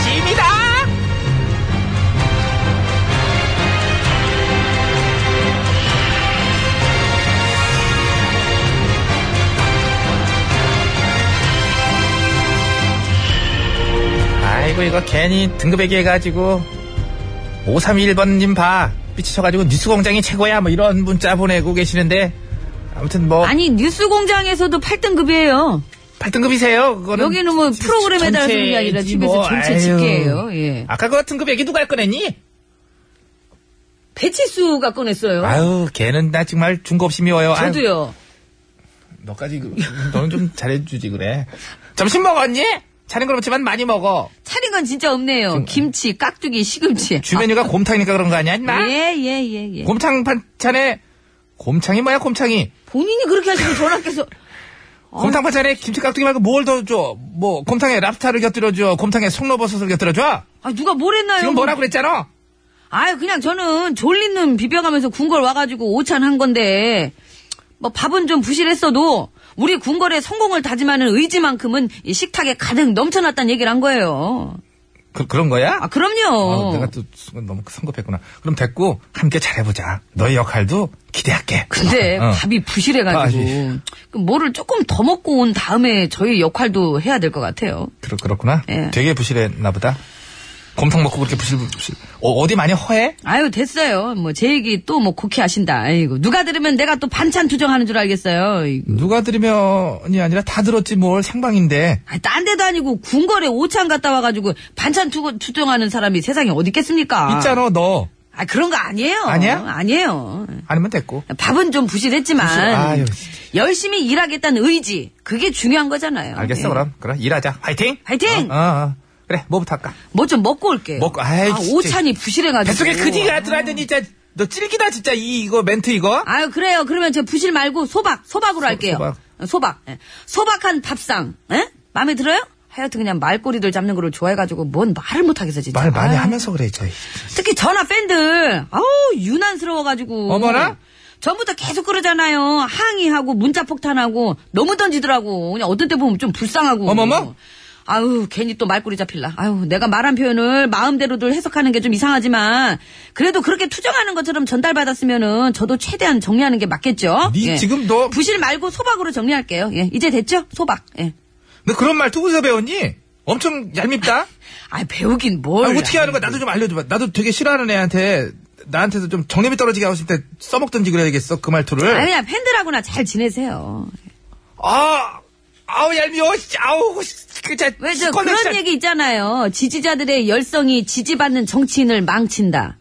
O: 짐이다.
A: 아이고 이거 괜히 등급 얘기해가지고 531번님 봐 삐치셔가지고 뉴스공장이 최고야 뭐 이런 문자 보내고 계시는데 아무튼 뭐
B: *laughs* 아니, 뉴스 공장에서도 8등급이에요.
A: 8등급이세요 그거는
B: 여기는 뭐
A: 집에서
B: 프로그램에 따라
A: 전체
B: 주는 게 아니라
A: 얘기지
B: 집에서
A: 뭐.
B: 전체
A: 아유.
B: 집계예요. 예.
A: 아까 그 등급 얘기 누가 꺼냈니?
B: 배치수가 꺼냈어요.
A: 아유 걔는 나 정말 중고 없이 미워요 아유,
B: 저도요.
A: 너까지 그- 너는 좀 잘해주지 그래 점심 먹었니? 자는 건 없지만 많이 먹어
B: 차린 건 진짜 없네요. 김치, 깍두기,
A: *laughs*
B: 시금치.
A: 주메뉴가 곰탕이니까 그런 거 아니야 인마?
B: 아, 예, 예, 예, 예.
A: 곰탕 반찬에 곰창이 뭐야 곰창이
B: 본인이 그렇게 하시면 전화께서 *laughs*
A: 곰탕 반찬에 김치 깍두기 말고 뭘 더 줘? 뭐 곰탕에 랍스타를 곁들여줘. 곰탕에 속로버섯을 곁들여줘.
B: 아, 누가 뭘 했나요?
A: 지금 뭐라 그랬잖아.
B: 아유, 그냥 저는 졸리는 비벼가면서 궁궐 와가지고 오찬 한 건데, 뭐 밥은 좀 부실했어도, 우리 궁궐의 성공을 다짐하는 의지만큼은 이 식탁에 가득 넘쳐났다는 얘기를 한 거예요.
A: 그, 그런 거야?
B: 아, 그럼요.
A: 어, 내가 또 순간 너무 성급했구나. 그럼 됐고 함께 잘해보자. 너의 역할도 기대할게.
B: 근데
A: 어.
B: 밥이 부실해가지고,
A: 아,
B: 그 뭐를 조금 더 먹고 온 다음에 저희 역할도 해야 될 것 같아요.
A: 그렇, 그렇구나.
B: 예.
A: 되게 부실했나 보다. 곰탕 먹고 그렇게 부실 부실. 어, 어디 많이 허해?
B: 아유, 됐어요. 뭐, 제 얘기 또 뭐, 곡해하신다. 아이고, 누가 들으면 내가 또 반찬 투정하는 줄 알겠어요. 이거.
A: 누가 들으면이 아니라 다 들었지 뭘 생방인데.
B: 아니, 딴 데도 아니고 궁궐에 오찬 갔다 와가지고 반찬 투, 투정하는 사람이 세상에 어디 있겠습니까?
A: 있잖아 너.
B: 아, 그런 거 아니에요.
A: 아니야?
B: 아니에요.
A: 아니면 됐고.
B: 밥은 좀 부실했지만
A: 부실- 아유, 진짜.
B: 열심히 일하겠다는 의지 그게 중요한 거잖아요.
A: 알겠어
B: 예.
A: 그럼. 그럼 일하자. 화이팅.
B: 화이팅!
A: 어, 어, 어. 그래 뭐부터 할까?
B: 뭐 좀 먹고 올게요.
A: 먹고, 아이,
B: 아,
A: 진짜.
B: 오찬이 부실해가지고.
A: 뱃속에 그지가 들어왔더니 진짜 너 찔기다 진짜 이 이거 멘트 이거
B: 아유 그래요. 그러면 저 부실 말고 소박 어? 소박으로 할게요.
A: 소박.
B: 어, 소박. 예. 소박한 밥상. 예? 마음에 들어요? 하여튼 그냥 말꼬리들 잡는 거를 좋아해가지고 뭔 말을 못하겠어 진짜.
A: 말 많이
B: 아유.
A: 하면서 그래 저
B: 특히 전화 팬들 아우 유난스러워가지고
A: 어머나?
B: 전부터 계속 그러잖아요 항의하고 문자 폭탄하고 너무 던지더라고 그냥 어떤 때 보면 좀 불쌍하고
A: 어머머?
B: 아우 괜히 또 말꼬리 잡힐라 아유 내가 말한 표현을 마음대로들 해석하는 게 좀 이상하지만 그래도 그렇게 투정하는 것처럼 전달받았으면은 저도 최대한 정리하는 게 맞겠죠 예.
A: 니 지금 너-
B: 부실 말고 소박으로 정리할게요 예 이제 됐죠 소박 예.
A: 너 그런 말 누구서 배웠니? 엄청 얄밉다.
B: 아 배우긴 뭘
A: 아니, 어떻게 하는 거야? 나도 좀 알려줘봐. 나도 되게 싫어하는 애한테 나한테도 좀 정념이 떨어지게 하고 싶을 때 써먹든지 그래야겠어 그 말투를.
B: 아 그냥 팬들하고나 잘 지내세요
A: 아 아우 얄미워. 어, 씨, 아우 그자
B: 왜 저 그런 얘기 있잖아요. 지지자들의 열성이 지지받는 정치인을 망친다.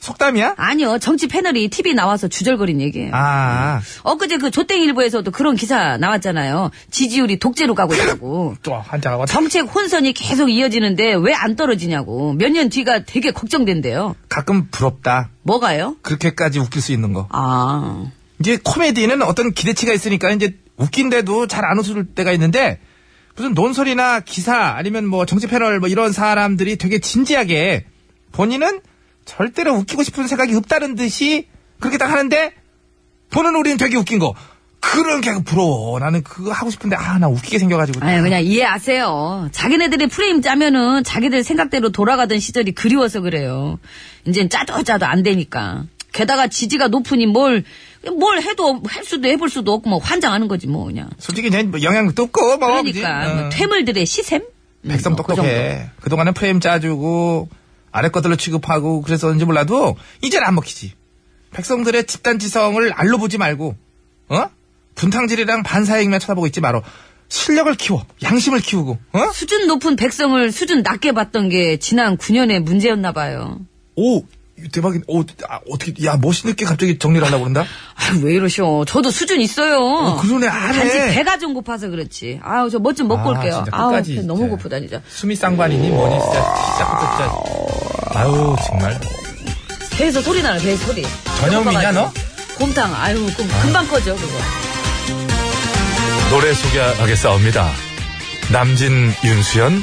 A: 속담이야?
B: 아니요. 정치 패널이 TV 나와서 주절거린 얘기예요.
A: 아
B: 엊그제 그 조땡일보에서도 그런 기사 나왔잖아요. 지지율이 *laughs* 독재로 가고 있다고.
A: 또 환장하고
B: 정책 혼선이 계속 이어지는데 왜 안 떨어지냐고. 몇 년 뒤가 되게 걱정된대요.
A: 가끔 부럽다.
B: 뭐가요?
A: 그렇게까지 웃길 수 있는 거.
B: 아.
A: 이제 코미디는 어떤 기대치가 있으니까 이제 웃긴데도 잘 안 웃을 때가 있는데 무슨 논설이나 기사 아니면 뭐 정치 패널 뭐 이런 사람들이 되게 진지하게 본인은 절대로 웃기고 싶은 생각이 없다는 듯이 그렇게 딱 하는데 보는 우리는 되게 웃긴 거 그런 게 부러워 나는 그거 하고 싶은데 아 나 웃기게 생겨가지고
B: 아유, 그냥 이해하세요. 자기네들이 프레임 짜면은 자기들 생각대로 돌아가던 시절이 그리워서 그래요. 이젠 짜도 짜도 안 되니까. 게다가 지지가 높으니 뭘, 뭘 해도, 할 수도 해볼 수도 없고, 뭐, 환장하는 거지, 뭐, 그냥.
A: 솔직히 이제 뭐 영향도 없고 뭐
B: 그러니까,
A: 그지?
B: 뭐
A: 어.
B: 퇴물들의 시샘? 음,
A: 백섬
B: 뭐, 그 정도.
A: 똑똑해. 그 동안은 프레임 짜주고 아래 것들로 취급하고 그랬었는지 몰라도 이젠 안 먹히지. 백성들의 집단지성을 알로 보지 말고 어 분탕질이랑 반사행위만 쳐다보고 있지 말어. 실력을 키워, 양심을 키우고 어?
B: 수준 높은 백성을 수준 낮게 봤던 게 지난 9년의 문제였나 봐요.
A: 오 대박인. 오 아, 어떻게 야 멋있게 갑자기 정리를 하려고 그런다.
B: 아, 왜 이러셔. 저도 수준 있어요.
A: 어, 그러네 안
B: 단지
A: 해.
B: 배가 좀 고파서 그렇지. 아우, 저 뭐 좀 먹고
A: 아,
B: 올게요.
A: 진짜
B: 아우,
A: 끝까지
B: 배 너무
A: 진짜.
B: 고프다, 진짜.
A: 숨이 쌍관이니 뭐니 진짜 시작부터 진짜. 아유 정말.
B: 배에서 소리 나네, 배에서 소리.
A: 전염이냐, 너?
B: 곰탕, 아유, 곰, 금방 꺼져, 그거.
F: 노래 소개하겠사옵니다. 남진, 윤수연,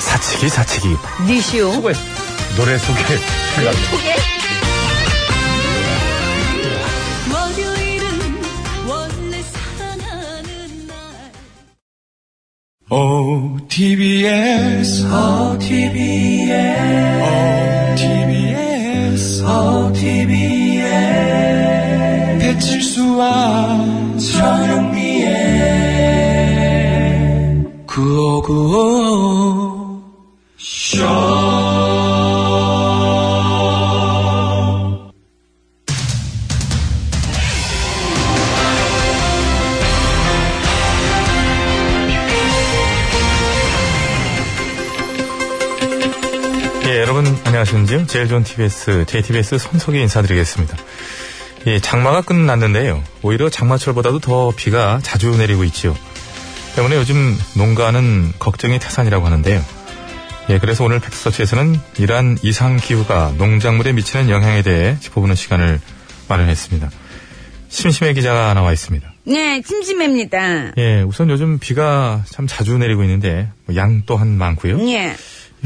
F: 사치기, 사치기.
B: 니시오.
A: 수고했어.
F: 노래 소개.
A: *laughs*
P: 월요일은 원래 사랑하는 날
G: OTBS, OTBS, OTBS, OTBS. 배칠수와 전영미의 구호구호.
F: 예, 여러분 안녕하십니까? 제일 좋은 TBS, JTBS 손석희 인사드리겠습니다. 예, 장마가 끝났는데요. 오히려 장마철보다도 더 비가 자주 내리고 있지요. 때문에 요즘 농가는 걱정이 태산이라고 하는데요. 예, 그래서 오늘 팩트서치에서는 이러한 이상 기후가 농작물에 미치는 영향에 대해 짚어보는 시간을 마련했습니다. 심심해 기자가 나와 있습니다.
Q: 네, 심심합니다.
F: 예, 우선 요즘 비가 참 자주 내리고 있는데 뭐양 또한 많고요.
Q: 예.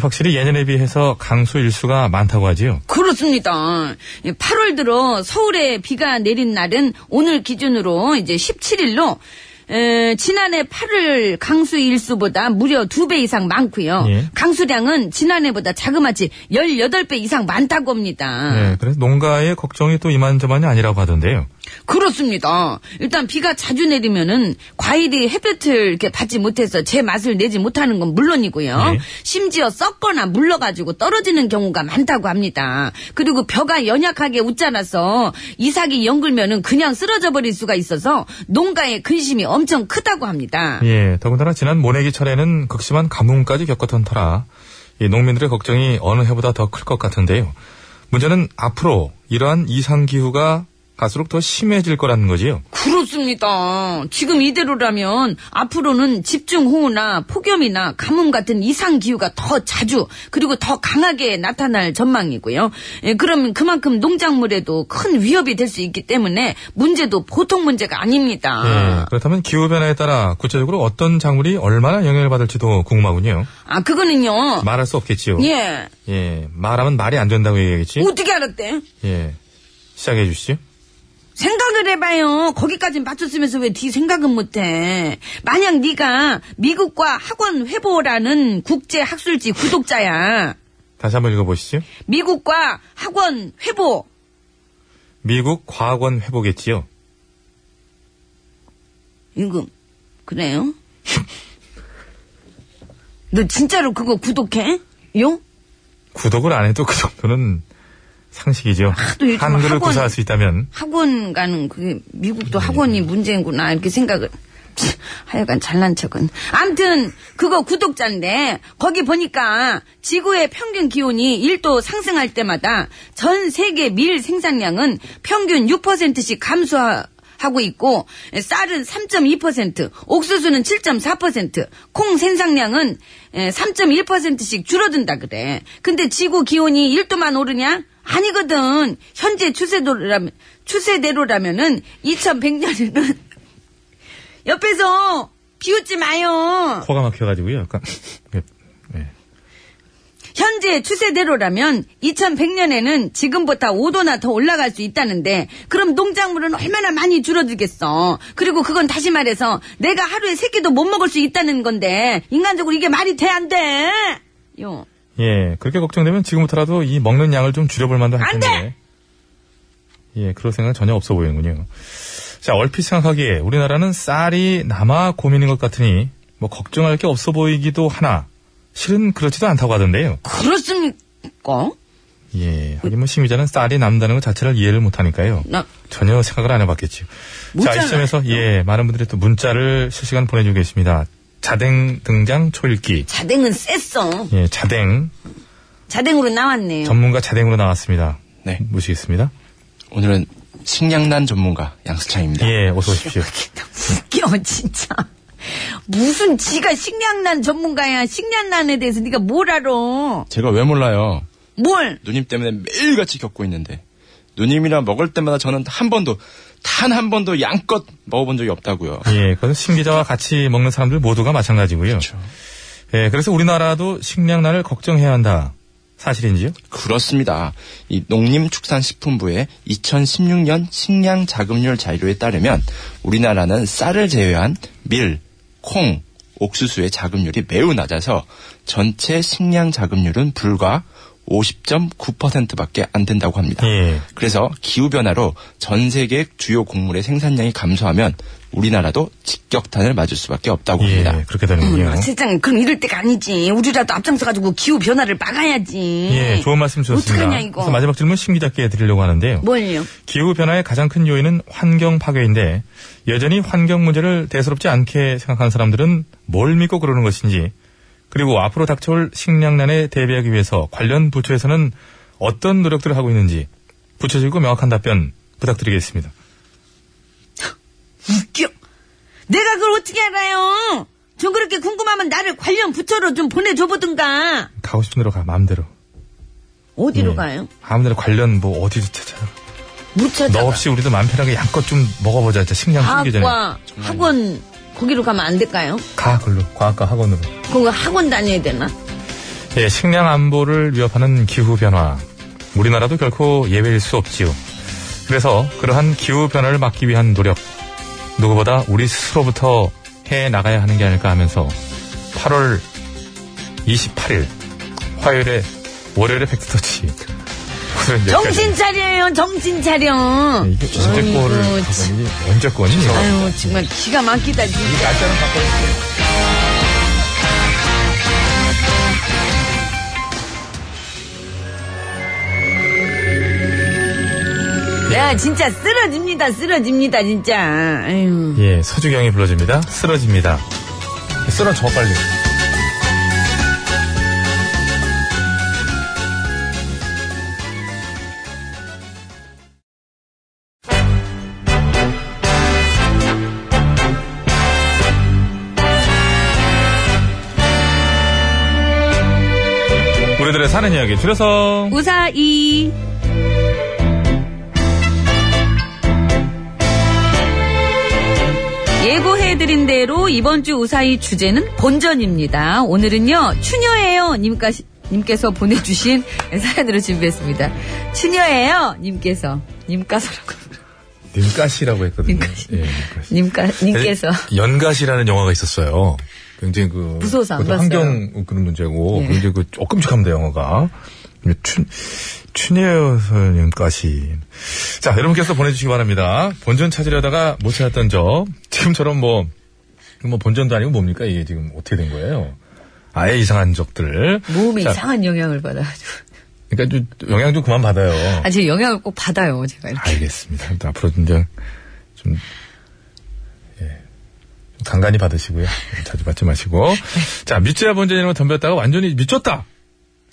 F: 확실히 예년에 비해서 강수 일수가 많다고 하지요.
B: 그렇습니다. 8월 들어 서울에 비가 내린 날은 오늘 기준으로 이제 17일로 지난해 8월 강수 일수보다 무려 2배 이상 많고요.
F: 예.
B: 강수량은 지난해보다 자그마치 18배 이상 많다고 합니다.
F: 예, 그래서 농가의 걱정이 또 이만저만이 아니라고 하던데요.
B: 그렇습니다. 일단 비가 자주 내리면은 과일이 햇볕을 이렇게 받지 못해서 제 맛을 내지 못하는 건 물론이고요.
F: 네.
B: 심지어 썩거나 물러가지고 떨어지는 경우가 많다고 합니다. 그리고 벼가 연약하게 웃자라서 이삭이 연글면은 그냥 쓰러져 버릴 수가 있어서 농가의 근심이 엄청 크다고 합니다.
F: 예, 더군다나 지난 모내기철에는 극심한 가뭄까지 겪었던 터라 이 농민들의 걱정이 어느 해보다 더 클 것 같은데요. 문제는 앞으로 이러한 이상 기후가 갈수록 더 심해질 거라는 거지요.
B: 그렇습니다. 지금 이대로라면 앞으로는 집중호우나 폭염이나 가뭄 같은 이상 기후가 더 자주 그리고 더 강하게 나타날 전망이고요. 예, 그럼 그만큼 농작물에도 큰 위협이 될 수 있기 때문에 문제도 보통 문제가
F: 예,
B: 아닙니다.
F: 그렇다면 기후 변화에 따라 구체적으로 어떤 작물이 얼마나 영향을 받을지도 궁금하군요.
B: 아 그거는요.
F: 말할 수 없겠지요.
B: 예.
F: 예, 말하면 말이 안 된다고 얘기하겠지.
B: 어떻게 알았대?
F: 예, 시작해 주시죠.
B: 생각을 해봐요. 거기까진 맞췄으면서 왜 뒤 생각은 못해? 만약 네가 미국과 학원 회보라는 국제 학술지 구독자야.
F: 다시 한번 읽어보시죠.
B: 미국과 학원 회복.
F: 미국 과학원 회복했지요.
B: 이거 그래요? *laughs* 너 진짜로 그거 구독해? 요?
F: 구독을 안 해도 그 정도는 상식이죠.
B: 하도 요즘
F: 한글을
B: 학원-
F: 구사할 수 있다면
B: 학원 가는 그게 미국도 학원이 문제구나 이렇게 생각을 치, 하여간 잘난 척은 암튼 그거 구독자인데 거기 보니까 지구의 평균 기온이 1도 상승할 때마다 전 세계 밀 생산량은 평균 6%씩 감소하 하고 있고 쌀은 3.2%, 옥수수는 7.4%, 콩 생산량은 3.1%씩 줄어든다 그래. 근데 지구 기온이 1도만 오르냐? 아니거든. 현재 추세도라면 추세대로라면은 2100년에는 *laughs* 옆에서 비웃지 마요.
F: 코가 막혀가지고요. 약간 예, 예.
B: 현재 추세대로라면 2100년에는 지금보다 5도나 더 올라갈 수 있다는데 그럼 농작물은 얼마나 많이 줄어들겠어. 그리고 그건 다시 말해서 내가 하루에 세끼도못 먹을 수 있다는 건데 인간적으로 이게 말이 돼 안 돼? 요.
F: 예, 그렇게 걱정되면 지금부터라도 이 먹는 양을 좀 줄여볼 만도 할
B: 안
F: 텐데.
B: 돼!
F: 예, 그럴 생각은 전혀 없어 보이는군요. 자, 얼핏 생각하기에 우리나라는 쌀이 남아 고민인 것 같으니 뭐 걱정할 게 없어 보이기도 하나 실은 그렇지도 않다고 하던데요.
H: 그렇습니까?
F: 예, 하긴 뭐 심의자는 쌀이 남다는 것 자체를 이해를 못하니까요.
H: 나
F: 전혀 생각을 안 해봤겠지요. 자, 이
H: 문자를
F: 시점에서 예, 많은 분들이 또 문자를 실시간 보내주고 계십니다. 자댕 등장 초읽기.
H: 자댕은 쎘어.
F: 예, 자댕
H: 자댕으로
B: *laughs*
H: 나왔네요.
F: 전문가 자댕으로 나왔습니다.
J: 네.
F: 모시겠습니다.
J: 오늘은 식량난 전문가 양수창입니다.
F: 예, 어서
J: *laughs*
F: 오십시오.
H: 웃겨 진짜. 무슨 지가 식량난 전문가야. 식량난에 대해서 네가 뭘 알아.
J: 제가 왜 몰라요?
H: 뭘.
J: 누님 때문에 매일같이 겪고 있는데 누님이랑 먹을 때마다 저는 한 번도 단 한 번도 양껏 먹어본 적이 없다고요.
F: 예, 그건 신기자와 같이 먹는 사람들 모두가 마찬가지고요.
J: 그렇죠.
F: 예, 그래서 우리나라도 식량난을 걱정해야 한다. 사실인지요?
J: 그렇습니다. 이 농림축산식품부의 2016년 식량 자급률 자료에 따르면 우리나라는 쌀을 제외한 밀, 콩, 옥수수의 자급률이 매우 낮아서 전체 식량 자급률은 불과 50.9%밖에 안 된다고 합니다.
F: 예.
J: 그래서 기후변화로 전 세계 주요 곡물의 생산량이 감소하면 우리나라도 직격탄을 맞을 수밖에 없다고 합니다.
F: 예, 그렇게 되는군요.
H: 아, 세상 그럼 이럴 때가 아니지. 우리라도 앞장서가지고 기후 변화를 막아야지.
F: 예, 좋은 말씀 주셨습니다.
H: 어떡하냐 이거.
F: 그래서 마지막 질문 신기자께 드리려고 하는데요.
H: 뭘요?
F: 기후 변화의 가장 큰 요인은 환경 파괴인데 여전히 환경 문제를 대수롭지 않게 생각하는 사람들은 뭘 믿고 그러는 것인지 그리고 앞으로 닥쳐올 식량난에 대비하기 위해서 관련 부처에서는 어떤 노력들을 하고 있는지 구체적이고 명확한 답변 부탁드리겠습니다.
H: 웃겨. 내가 그걸 어떻게 알아요? 전 그렇게 궁금하면 나를 관련 부처로 좀 보내줘보든가.
F: 가고 싶은 대로 가 마음대로.
H: 어디로
F: 예.
H: 가요?
F: 아무데나 관련 뭐 어디도 찾아.
H: 물 찾아.
F: 너 없이 우리도 마음 편하게 양껏 좀 먹어보자. 진짜 식량 끊기 전에
H: 과학과 학원 거기로 가면 안 될까요?
F: 가 걸로 과학과 학원으로.
H: 그거 학원 다녀야 되나?
F: 예, 식량 안보를 위협하는 기후 변화. 우리나라도 결코 예외일 수 없지요. 그래서 그러한 기후 변화를 막기 위한 노력 누구보다 우리 스스로부터 해 나가야 하는 게 아닐까 하면서 8월 28일 화요일에 월요일에 팩트터치 오늘은 여기까지.
H: 정신 차려요, 정신 차려.
F: 예, 이게 언제
H: 아이고,
F: 거를
H: 참.
F: 가보니 언제 거니?
H: 아유, 정말 기가 막히다, 진짜.
F: 날짜는 바꿔줄게.
H: 야, 진짜 쓰러집니다, 쓰러집니다, 진짜. 아유.
F: 예, 서주경이 불러줍니다. 쓰러집니다. 쓰러져 빨리. 우리들의 사는 이야기 줄여서
H: 음. 우사이. 예고해드린 대로 이번 주 우사이 주제는 본전입니다. 오늘은요, 추녀예요. 님까, 님께서 보내주신 *laughs* 사연으로 준비했습니다. 추녀예요. 님께서. 님까서라고.
F: 님가시라고 했거든요.
H: 님가시.
F: 예, 님가시.
H: 님까, 님께서.
F: 예, 연가시라는 영화가 있었어요. 굉장히 그
H: 무서워서 안
F: 그것도
H: 봤어요.
F: 환경 그런 문제고
H: 네.
F: 굉장히 그 어, 끔찍합니다 영화가. 춘 춘예여서 연가시. 자 여러분께서 보내주시기 바랍니다. 본전 찾으려다가 못 찾았던 점 지금처럼 뭐. 뭐 본전도 아니고 뭡니까 이게 지금 어떻게 된 거예요? 아예 이상한 적들.
H: 몸에
F: 자,
H: 이상한 영향을 받아가지고.
F: 그러니까 좀 영향 좀 그만 받아요.
H: 아, 제가 영향을 꼭 받아요, 제가 이렇게.
F: 알겠습니다. 아무튼 앞으로 이제 좀, 예, 좀 간간히 받으시고요. 자주 받지 마시고. 자, 밑져야 본전이라고 덤볐다가 완전히 미쳤다!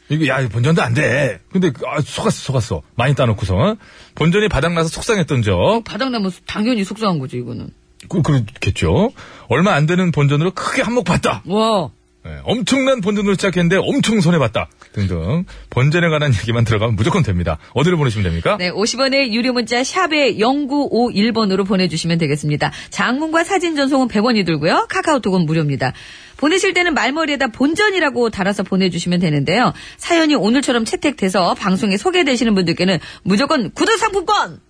F: 이거, 야, 이거 본전도 안 돼! 근데, 아, 속았어, 속았어. 많이 따놓고서. 어? 본전이 바닥나서 속상했던 적.
H: 바닥나면 당연히 속상한 거죠, 이거는.
F: 그, 그렇겠죠. 얼마 안 되는 본전으로 크게 한몫 봤다!
H: 와.
F: 예, 엄청난 본전으로 시작했는데 엄청 손해봤다. 등등. 본전에 관한 얘기만 들어가면 무조건 됩니다. 어디로 보내시면 됩니까?
H: 네, 50원의 유료 문자 샵에 0951번으로 보내주시면 되겠습니다. 장문과 사진 전송은 100원이 들고요. 카카오톡은 무료입니다. 보내실 때는 말머리에다 본전이라고 달아서 보내주시면 되는데요. 사연이 오늘처럼 채택돼서 방송에 소개되시는 분들께는 무조건 구두 상품권!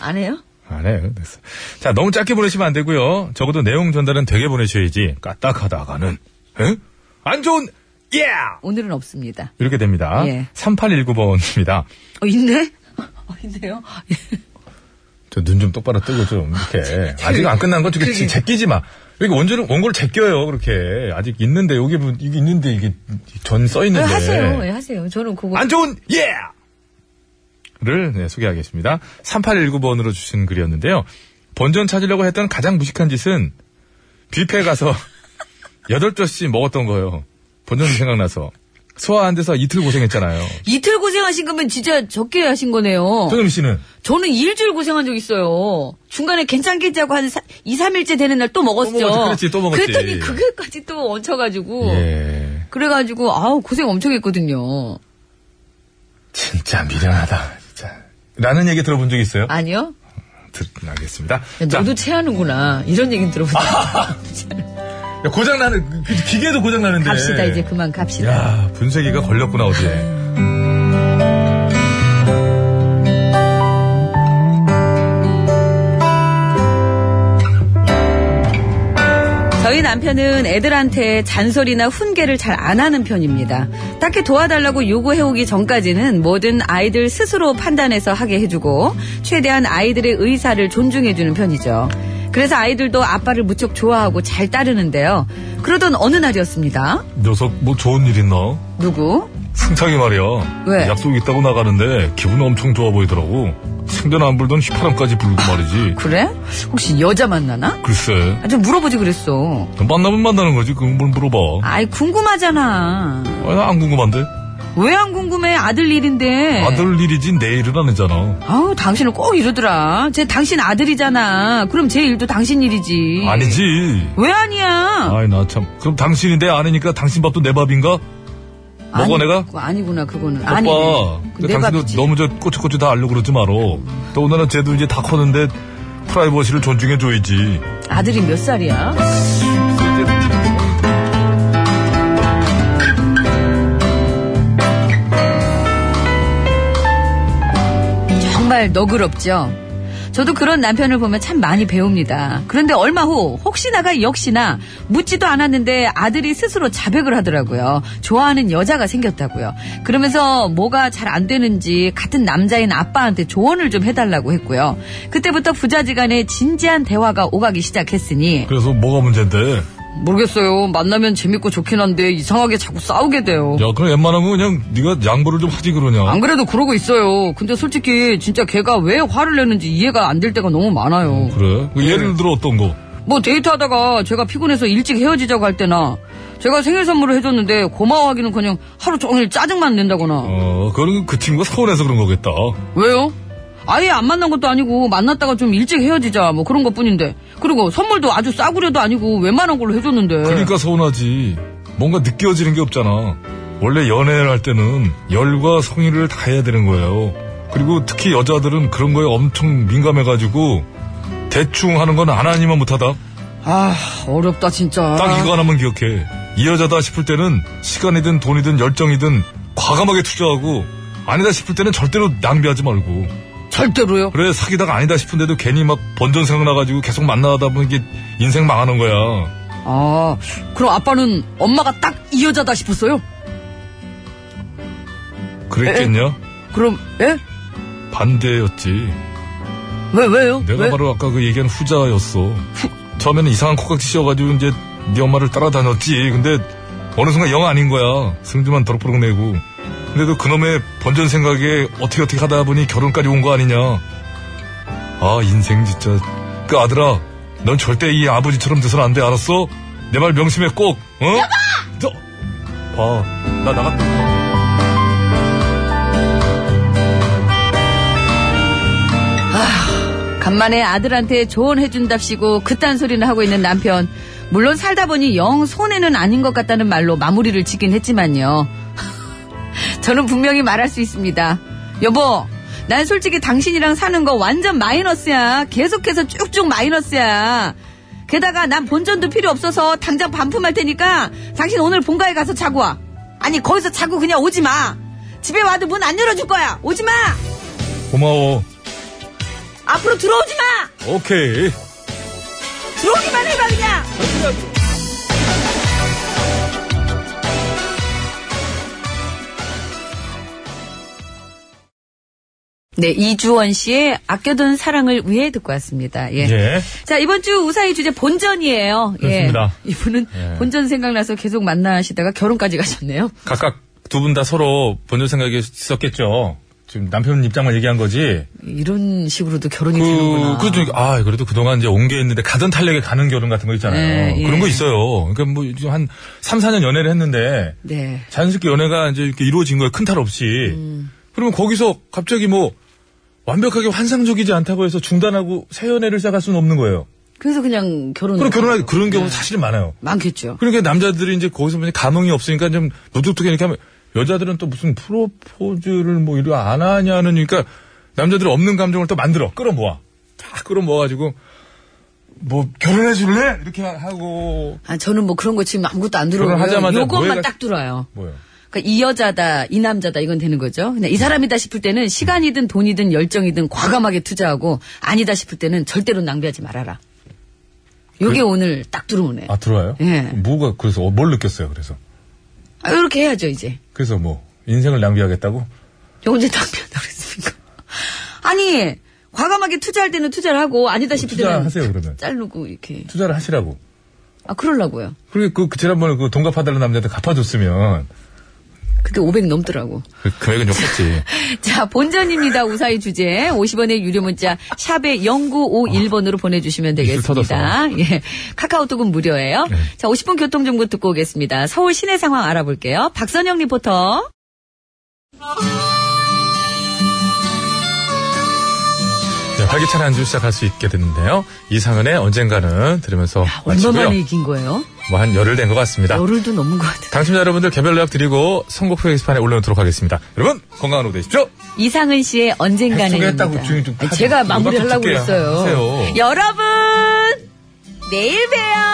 H: 안 해요?
F: 안 해요. 아, 네, 됐어. 자, 너무 짧게 보내시면 안 되고요. 적어도 내용 전달은 되게 보내셔야지. 까딱하다가는 에? 안 좋은 예!
H: 오늘은 없습니다.
F: 이렇게 됩니다.
H: 예.
F: 3819번입니다.
H: 어, 있네? *laughs* 어인데요?
F: 저 눈 좀 똑바로 뜨고 좀
H: *laughs*
F: 이렇게 아직 안 끝난 거 저게 제- 제끼지 마. 여기 원조를 원고를 제껴요 그렇게 아직 있는데 여기 뭐- 이게 있는데 이게 전 써
H: 네,
F: 있는데
H: 하세요. 네, 하세요. 저는 그거
F: 안 좋은 예! 를 네, 소개하겠습니다. 3819번으로 주신 글이었는데요. 본전 찾으려고 했던 가장 무식한 짓은 뷔페 가서 *laughs* 8조씩 먹었던 거예요. 본전 생각나서. 소화 안 돼서 이틀 고생했잖아요.
H: 이틀 고생하신 거면 진짜 적게 하신 거네요.
F: 손흥민 씨는
H: 저는 일주일 고생한 적 있어요. 중간에 괜찮겠지하고 한 2, 3일째 되는 날 또 먹었죠.
F: 먹었지, 그렇지, 또 먹었지.
H: 그랬더니 그게까지 또 얹혀가지고.
F: 예
H: 그래가지고, 아우, 고생 엄청 했거든요.
F: 진짜 미련하다 진짜 라는 얘기 들어본 적 있어요?
H: 아니요?
F: 들, 알겠습니다.
H: 야,
F: 자, 아,
H: 너도 체하는구나. 이런 얘기 들어보자.
F: 야, 고장 나는 그 기계도 고장 나는데.
H: 갑시다, 이제 그만 갑시다.
F: 야 분쇄기가 걸렸구나 어제.
H: 저희 남편은 애들한테 잔소리나 훈계를 잘 안 하는 편입니다. 딱히 도와달라고 요구해오기 전까지는 뭐든 아이들 스스로 판단해서 하게 해주고 최대한 아이들의 의사를 존중해주는 편이죠. 그래서 아이들도 아빠를 무척 좋아하고 잘 따르는데요. 그러던 어느 날이었습니다.
F: 녀석 뭐 좋은 일 있나?
H: 누구?
F: 승탁이 말이야.
H: 왜?
F: 약속 있다고 나가는데 기분이 엄청 좋아 보이더라고. 생전 안 불던 휘파람까지 부르고 말이지.
H: 그래? 혹시 여자 만나나?
F: 글쎄.
H: 아, 좀 물어보지 그랬어.
F: 만나면 만나는 거지. 그건 뭘 물어봐.
H: 아이 궁금하잖아.
F: 아, 나안 궁금한데?
H: 왜 안 궁금해? 아들 일인데.
F: 아들 일이지 내 일은 아니잖아.
H: 아우, 당신은 꼭 이러더라. 쟤 당신 아들이잖아. 그럼 제 일도 당신 일이지.
F: 아니지.
H: 왜 아니야?
F: 아이, 나 참. 그럼 당신이 내 아내니까 당신 밥도 내 밥인가? 먹어, 아, 내가?
H: 그거 아니구나, 그거는.
F: 오빠.
H: 아니.
F: 근데
H: 내
F: 당신도
H: 밥이지.
F: 너무 저 꼬치꼬치 다 알려고 그러지 마로. 또 오늘은 쟤도 이제 다 컸는데 프라이버시를 존중해줘야지.
H: 아들이 몇 살이야? 정말 너그럽죠? 저도 그런 남편을 보면 참 많이 배웁니다. 그런데 얼마 후, 혹시나가 역시나 묻지도 않았는데 아들이 스스로 자백을 하더라고요. 좋아하는 여자가 생겼다고요. 그러면서 뭐가 잘 안 되는지 같은 남자인 아빠한테 조언을 좀 해달라고 했고요. 그때부터 부자지간에 진지한 대화가 오가기 시작했으니
F: 그래서 뭐가 문제인데?
H: 모르겠어요. 만나면 재밌고 좋긴 한데 이상하게 자꾸 싸우게 돼요.
F: 야, 그럼 웬만하면 그냥 네가 어? 양보를 좀 하지 그러냐.
H: 안 그래도 그러고 있어요. 근데 솔직히 진짜 걔가 왜 화를 내는지 이해가 안 될 때가 너무 많아요.
F: 그래? 그 예를 들어 어떤 거?
H: 뭐 데이트하다가 제가 피곤해서 일찍 헤어지자고 할 때나 제가 생일 선물을 해줬는데 고마워하기는 그냥 하루 종일 짜증만 낸다거나
F: 어, 그거는 그 친구가 서운해서 그런 거겠다.
H: 왜요? 아예 안 만난 것도 아니고 만났다가 좀 일찍 헤어지자 뭐 그런 것뿐인데 그리고 선물도 아주 싸구려도 아니고 웬만한 걸로 해줬는데
F: 그러니까 서운하지. 뭔가 느껴지는 게 없잖아. 원래 연애를 할 때는 열과 성의를 다 해야 되는 거예요. 그리고 특히 여자들은 그런 거에 엄청 민감해가지고 대충 하는 건 안 하니만 못하다.
H: 아 어렵다 진짜
F: 딱 이거 하나만 기억해. 이 여자다 싶을 때는 시간이든 돈이든 열정이든 과감하게 투자하고 아니다 싶을 때는 절대로 낭비하지 말고
H: 절대로요
F: 그래 사귀다가 아니다 싶은데도 괜히 막 번전 생각나가지고 계속 만나다 보면 이게 인생 망하는 거야.
H: 아 그럼 아빠는 엄마가 딱 이 여자다 싶었어요?
F: 그랬겠냐?
H: 그럼 예?
F: 반대였지.
H: 왜 왜요?
F: 내가
H: 왜?
F: 바로 아까 그 얘기한 후자였어. 처음에는 이상한 콧각지 씌워가지고 이제 네 엄마를 따라다녔지. 근데 어느 순간 영 아닌 거야. 승주만 더럭버럭 내고. 근데도 그놈의 번전 생각에 어떻게 어떻게 하다 보니 결혼까지 온 거 아니냐. 아 인생 진짜. 그 아들아, 넌 절대 이 아버지처럼 돼서는 안 돼. 알았어? 내 말 명심해 꼭. 어? 저, 봐, 나 나갔다.
H: 간만에 아들한테 조언해준답시고 그딴 소리는 하고 있는 남편. 물론 살다 보니 영 손해는 아닌 것 같다는 말로 마무리를 지긴 했지만요. *laughs* 저는 분명히 말할 수 있습니다. 여보, 난 솔직히 당신이랑 사는 거 완전 마이너스야. 계속해서 쭉쭉 마이너스야. 게다가 난 본전도 필요 없어서 당장 반품할 테니까 당신 오늘 본가에 가서 자고 와. 아니, 거기서 자고 그냥 오지 마. 집에 와도 문 안 열어줄 거야. 오지 마!
F: 고마워.
H: 앞으로 들어오지 마!
F: 오케이.
H: 들어오기만 해봐, 그냥! 네, 이주원 씨의 아껴둔 사랑을 위해 듣고 왔습니다. 예.
F: 예.
H: 자, 이번 주 우사의 주제 본전이에요.
F: 그렇습니다.
H: 예. 이분은
F: 예.
H: 본전 생각나서 계속 만나시다가 결혼까지 가셨네요.
F: 각각 두 분 다 서로 본전 생각이 있었겠죠. 지금 남편 입장만 얘기한 거지.
H: 이런 식으로도 결혼이 되는구나.
F: 그, 그, 좀, 아, 그래도 그동안 이제 온 게 있는데 가던 탄력에 가는 결혼 같은 거 있잖아요.
H: 네, 예.
F: 그런 거 있어요. 그러니까 뭐, 지금 한 3, 4년 연애를 했는데
H: 네.
F: 자연스럽게 연애가 이제 이렇게 이루어진 거예요. 큰 탈 없이.
H: 음.
F: 그러면 거기서 갑자기 뭐 완벽하게 환상적이지 않다고 해서 중단하고 새 연애를 시작할 수는 없는 거예요.
H: 그래서 그냥 결혼.
F: 그럼 결혼할 때 그런
H: 네.
F: 경우 사실은 많아요.
H: 많겠죠.
F: 그러니까 남자들이 이제 거기서 보니 감흥이 없으니까 좀 무뚝뚝해 이렇게 하면 여자들은 또 무슨 프로포즈를 뭐 이리 안 하냐는 그러니까 남자들은 없는 감정을 또 만들어 끌어모아 다 끌어모아가지고 뭐 결혼해 줄래 이렇게 하고
H: 아, 저는 뭐 그런 거 지금 아무것도 안 들어오고
F: 결혼하자마자
H: 요것만
F: 뭐해가-
H: 딱 들어요.
F: 뭐요?
H: 그러니까 이 여자다, 이 남자다 이건 되는 거죠. 그냥 이 사람이다 싶을 때는 시간이든 돈이든 열정이든 과감하게 투자하고 아니다 싶을 때는 절대로 낭비하지 말아라. 요게 오늘 딱 들어오네.
F: 아 들어와요?
H: 예.
F: 뭐가 그래서 어, 뭘 느꼈어요? 그래서
H: 아, 이렇게 해야죠 이제.
F: 그래서 뭐 인생을 낭비하겠다고?
H: 저 언제 낭비한다 그랬습니까? 아니 과감하게 투자할 때는 투자를 하고 아니다 싶을 때는
F: 뭐 투자하세요 그러면
H: 자르고 이렇게.
F: 투자를 하시라고.
H: 아 그러려고요.
F: 그리고 그, 그 지난번에 그 돈 갚아달라는 남자한테 갚아줬으면
H: 그게 500 넘더라고.
F: 그 금액은
H: *laughs*
F: 욕했지.
H: 자, 본전입니다. 우사의 주제. 50원의 유료 문자 샵에 0951번으로 보내주시면 되겠습니다. 아, 예. 카카오톡은 무료예요. 자, 50분 교통정보 듣고 오겠습니다. 서울 시내 상황 알아볼게요. 박선영 리포터.
F: 네, 활기찬 한 주 시작할 수 있게 됐는데요. 이상은의 언젠가는 들으면서 마치고요.
H: 얼마만에 이긴 거예요? 아.
F: 뭐 한 열흘 된 것 같습니다.
H: 열흘도 넘은 것 같아요.
F: 당첨자 여러분들 개별 연락 드리고 선곡표 게시판에 올려놓도록 하겠습니다. 여러분 건강한 오후 되십시오.
H: 이상은 씨의 언젠가는.
F: 백숙에 했다고
H: 입니다.
F: 지금 좀
H: 아니, 제가
F: 하지 마.
H: 마무리하려고
F: 어떻게
H: 그랬어요.
F: 하세요.
H: 여러분! 내일 봬요!
G: 그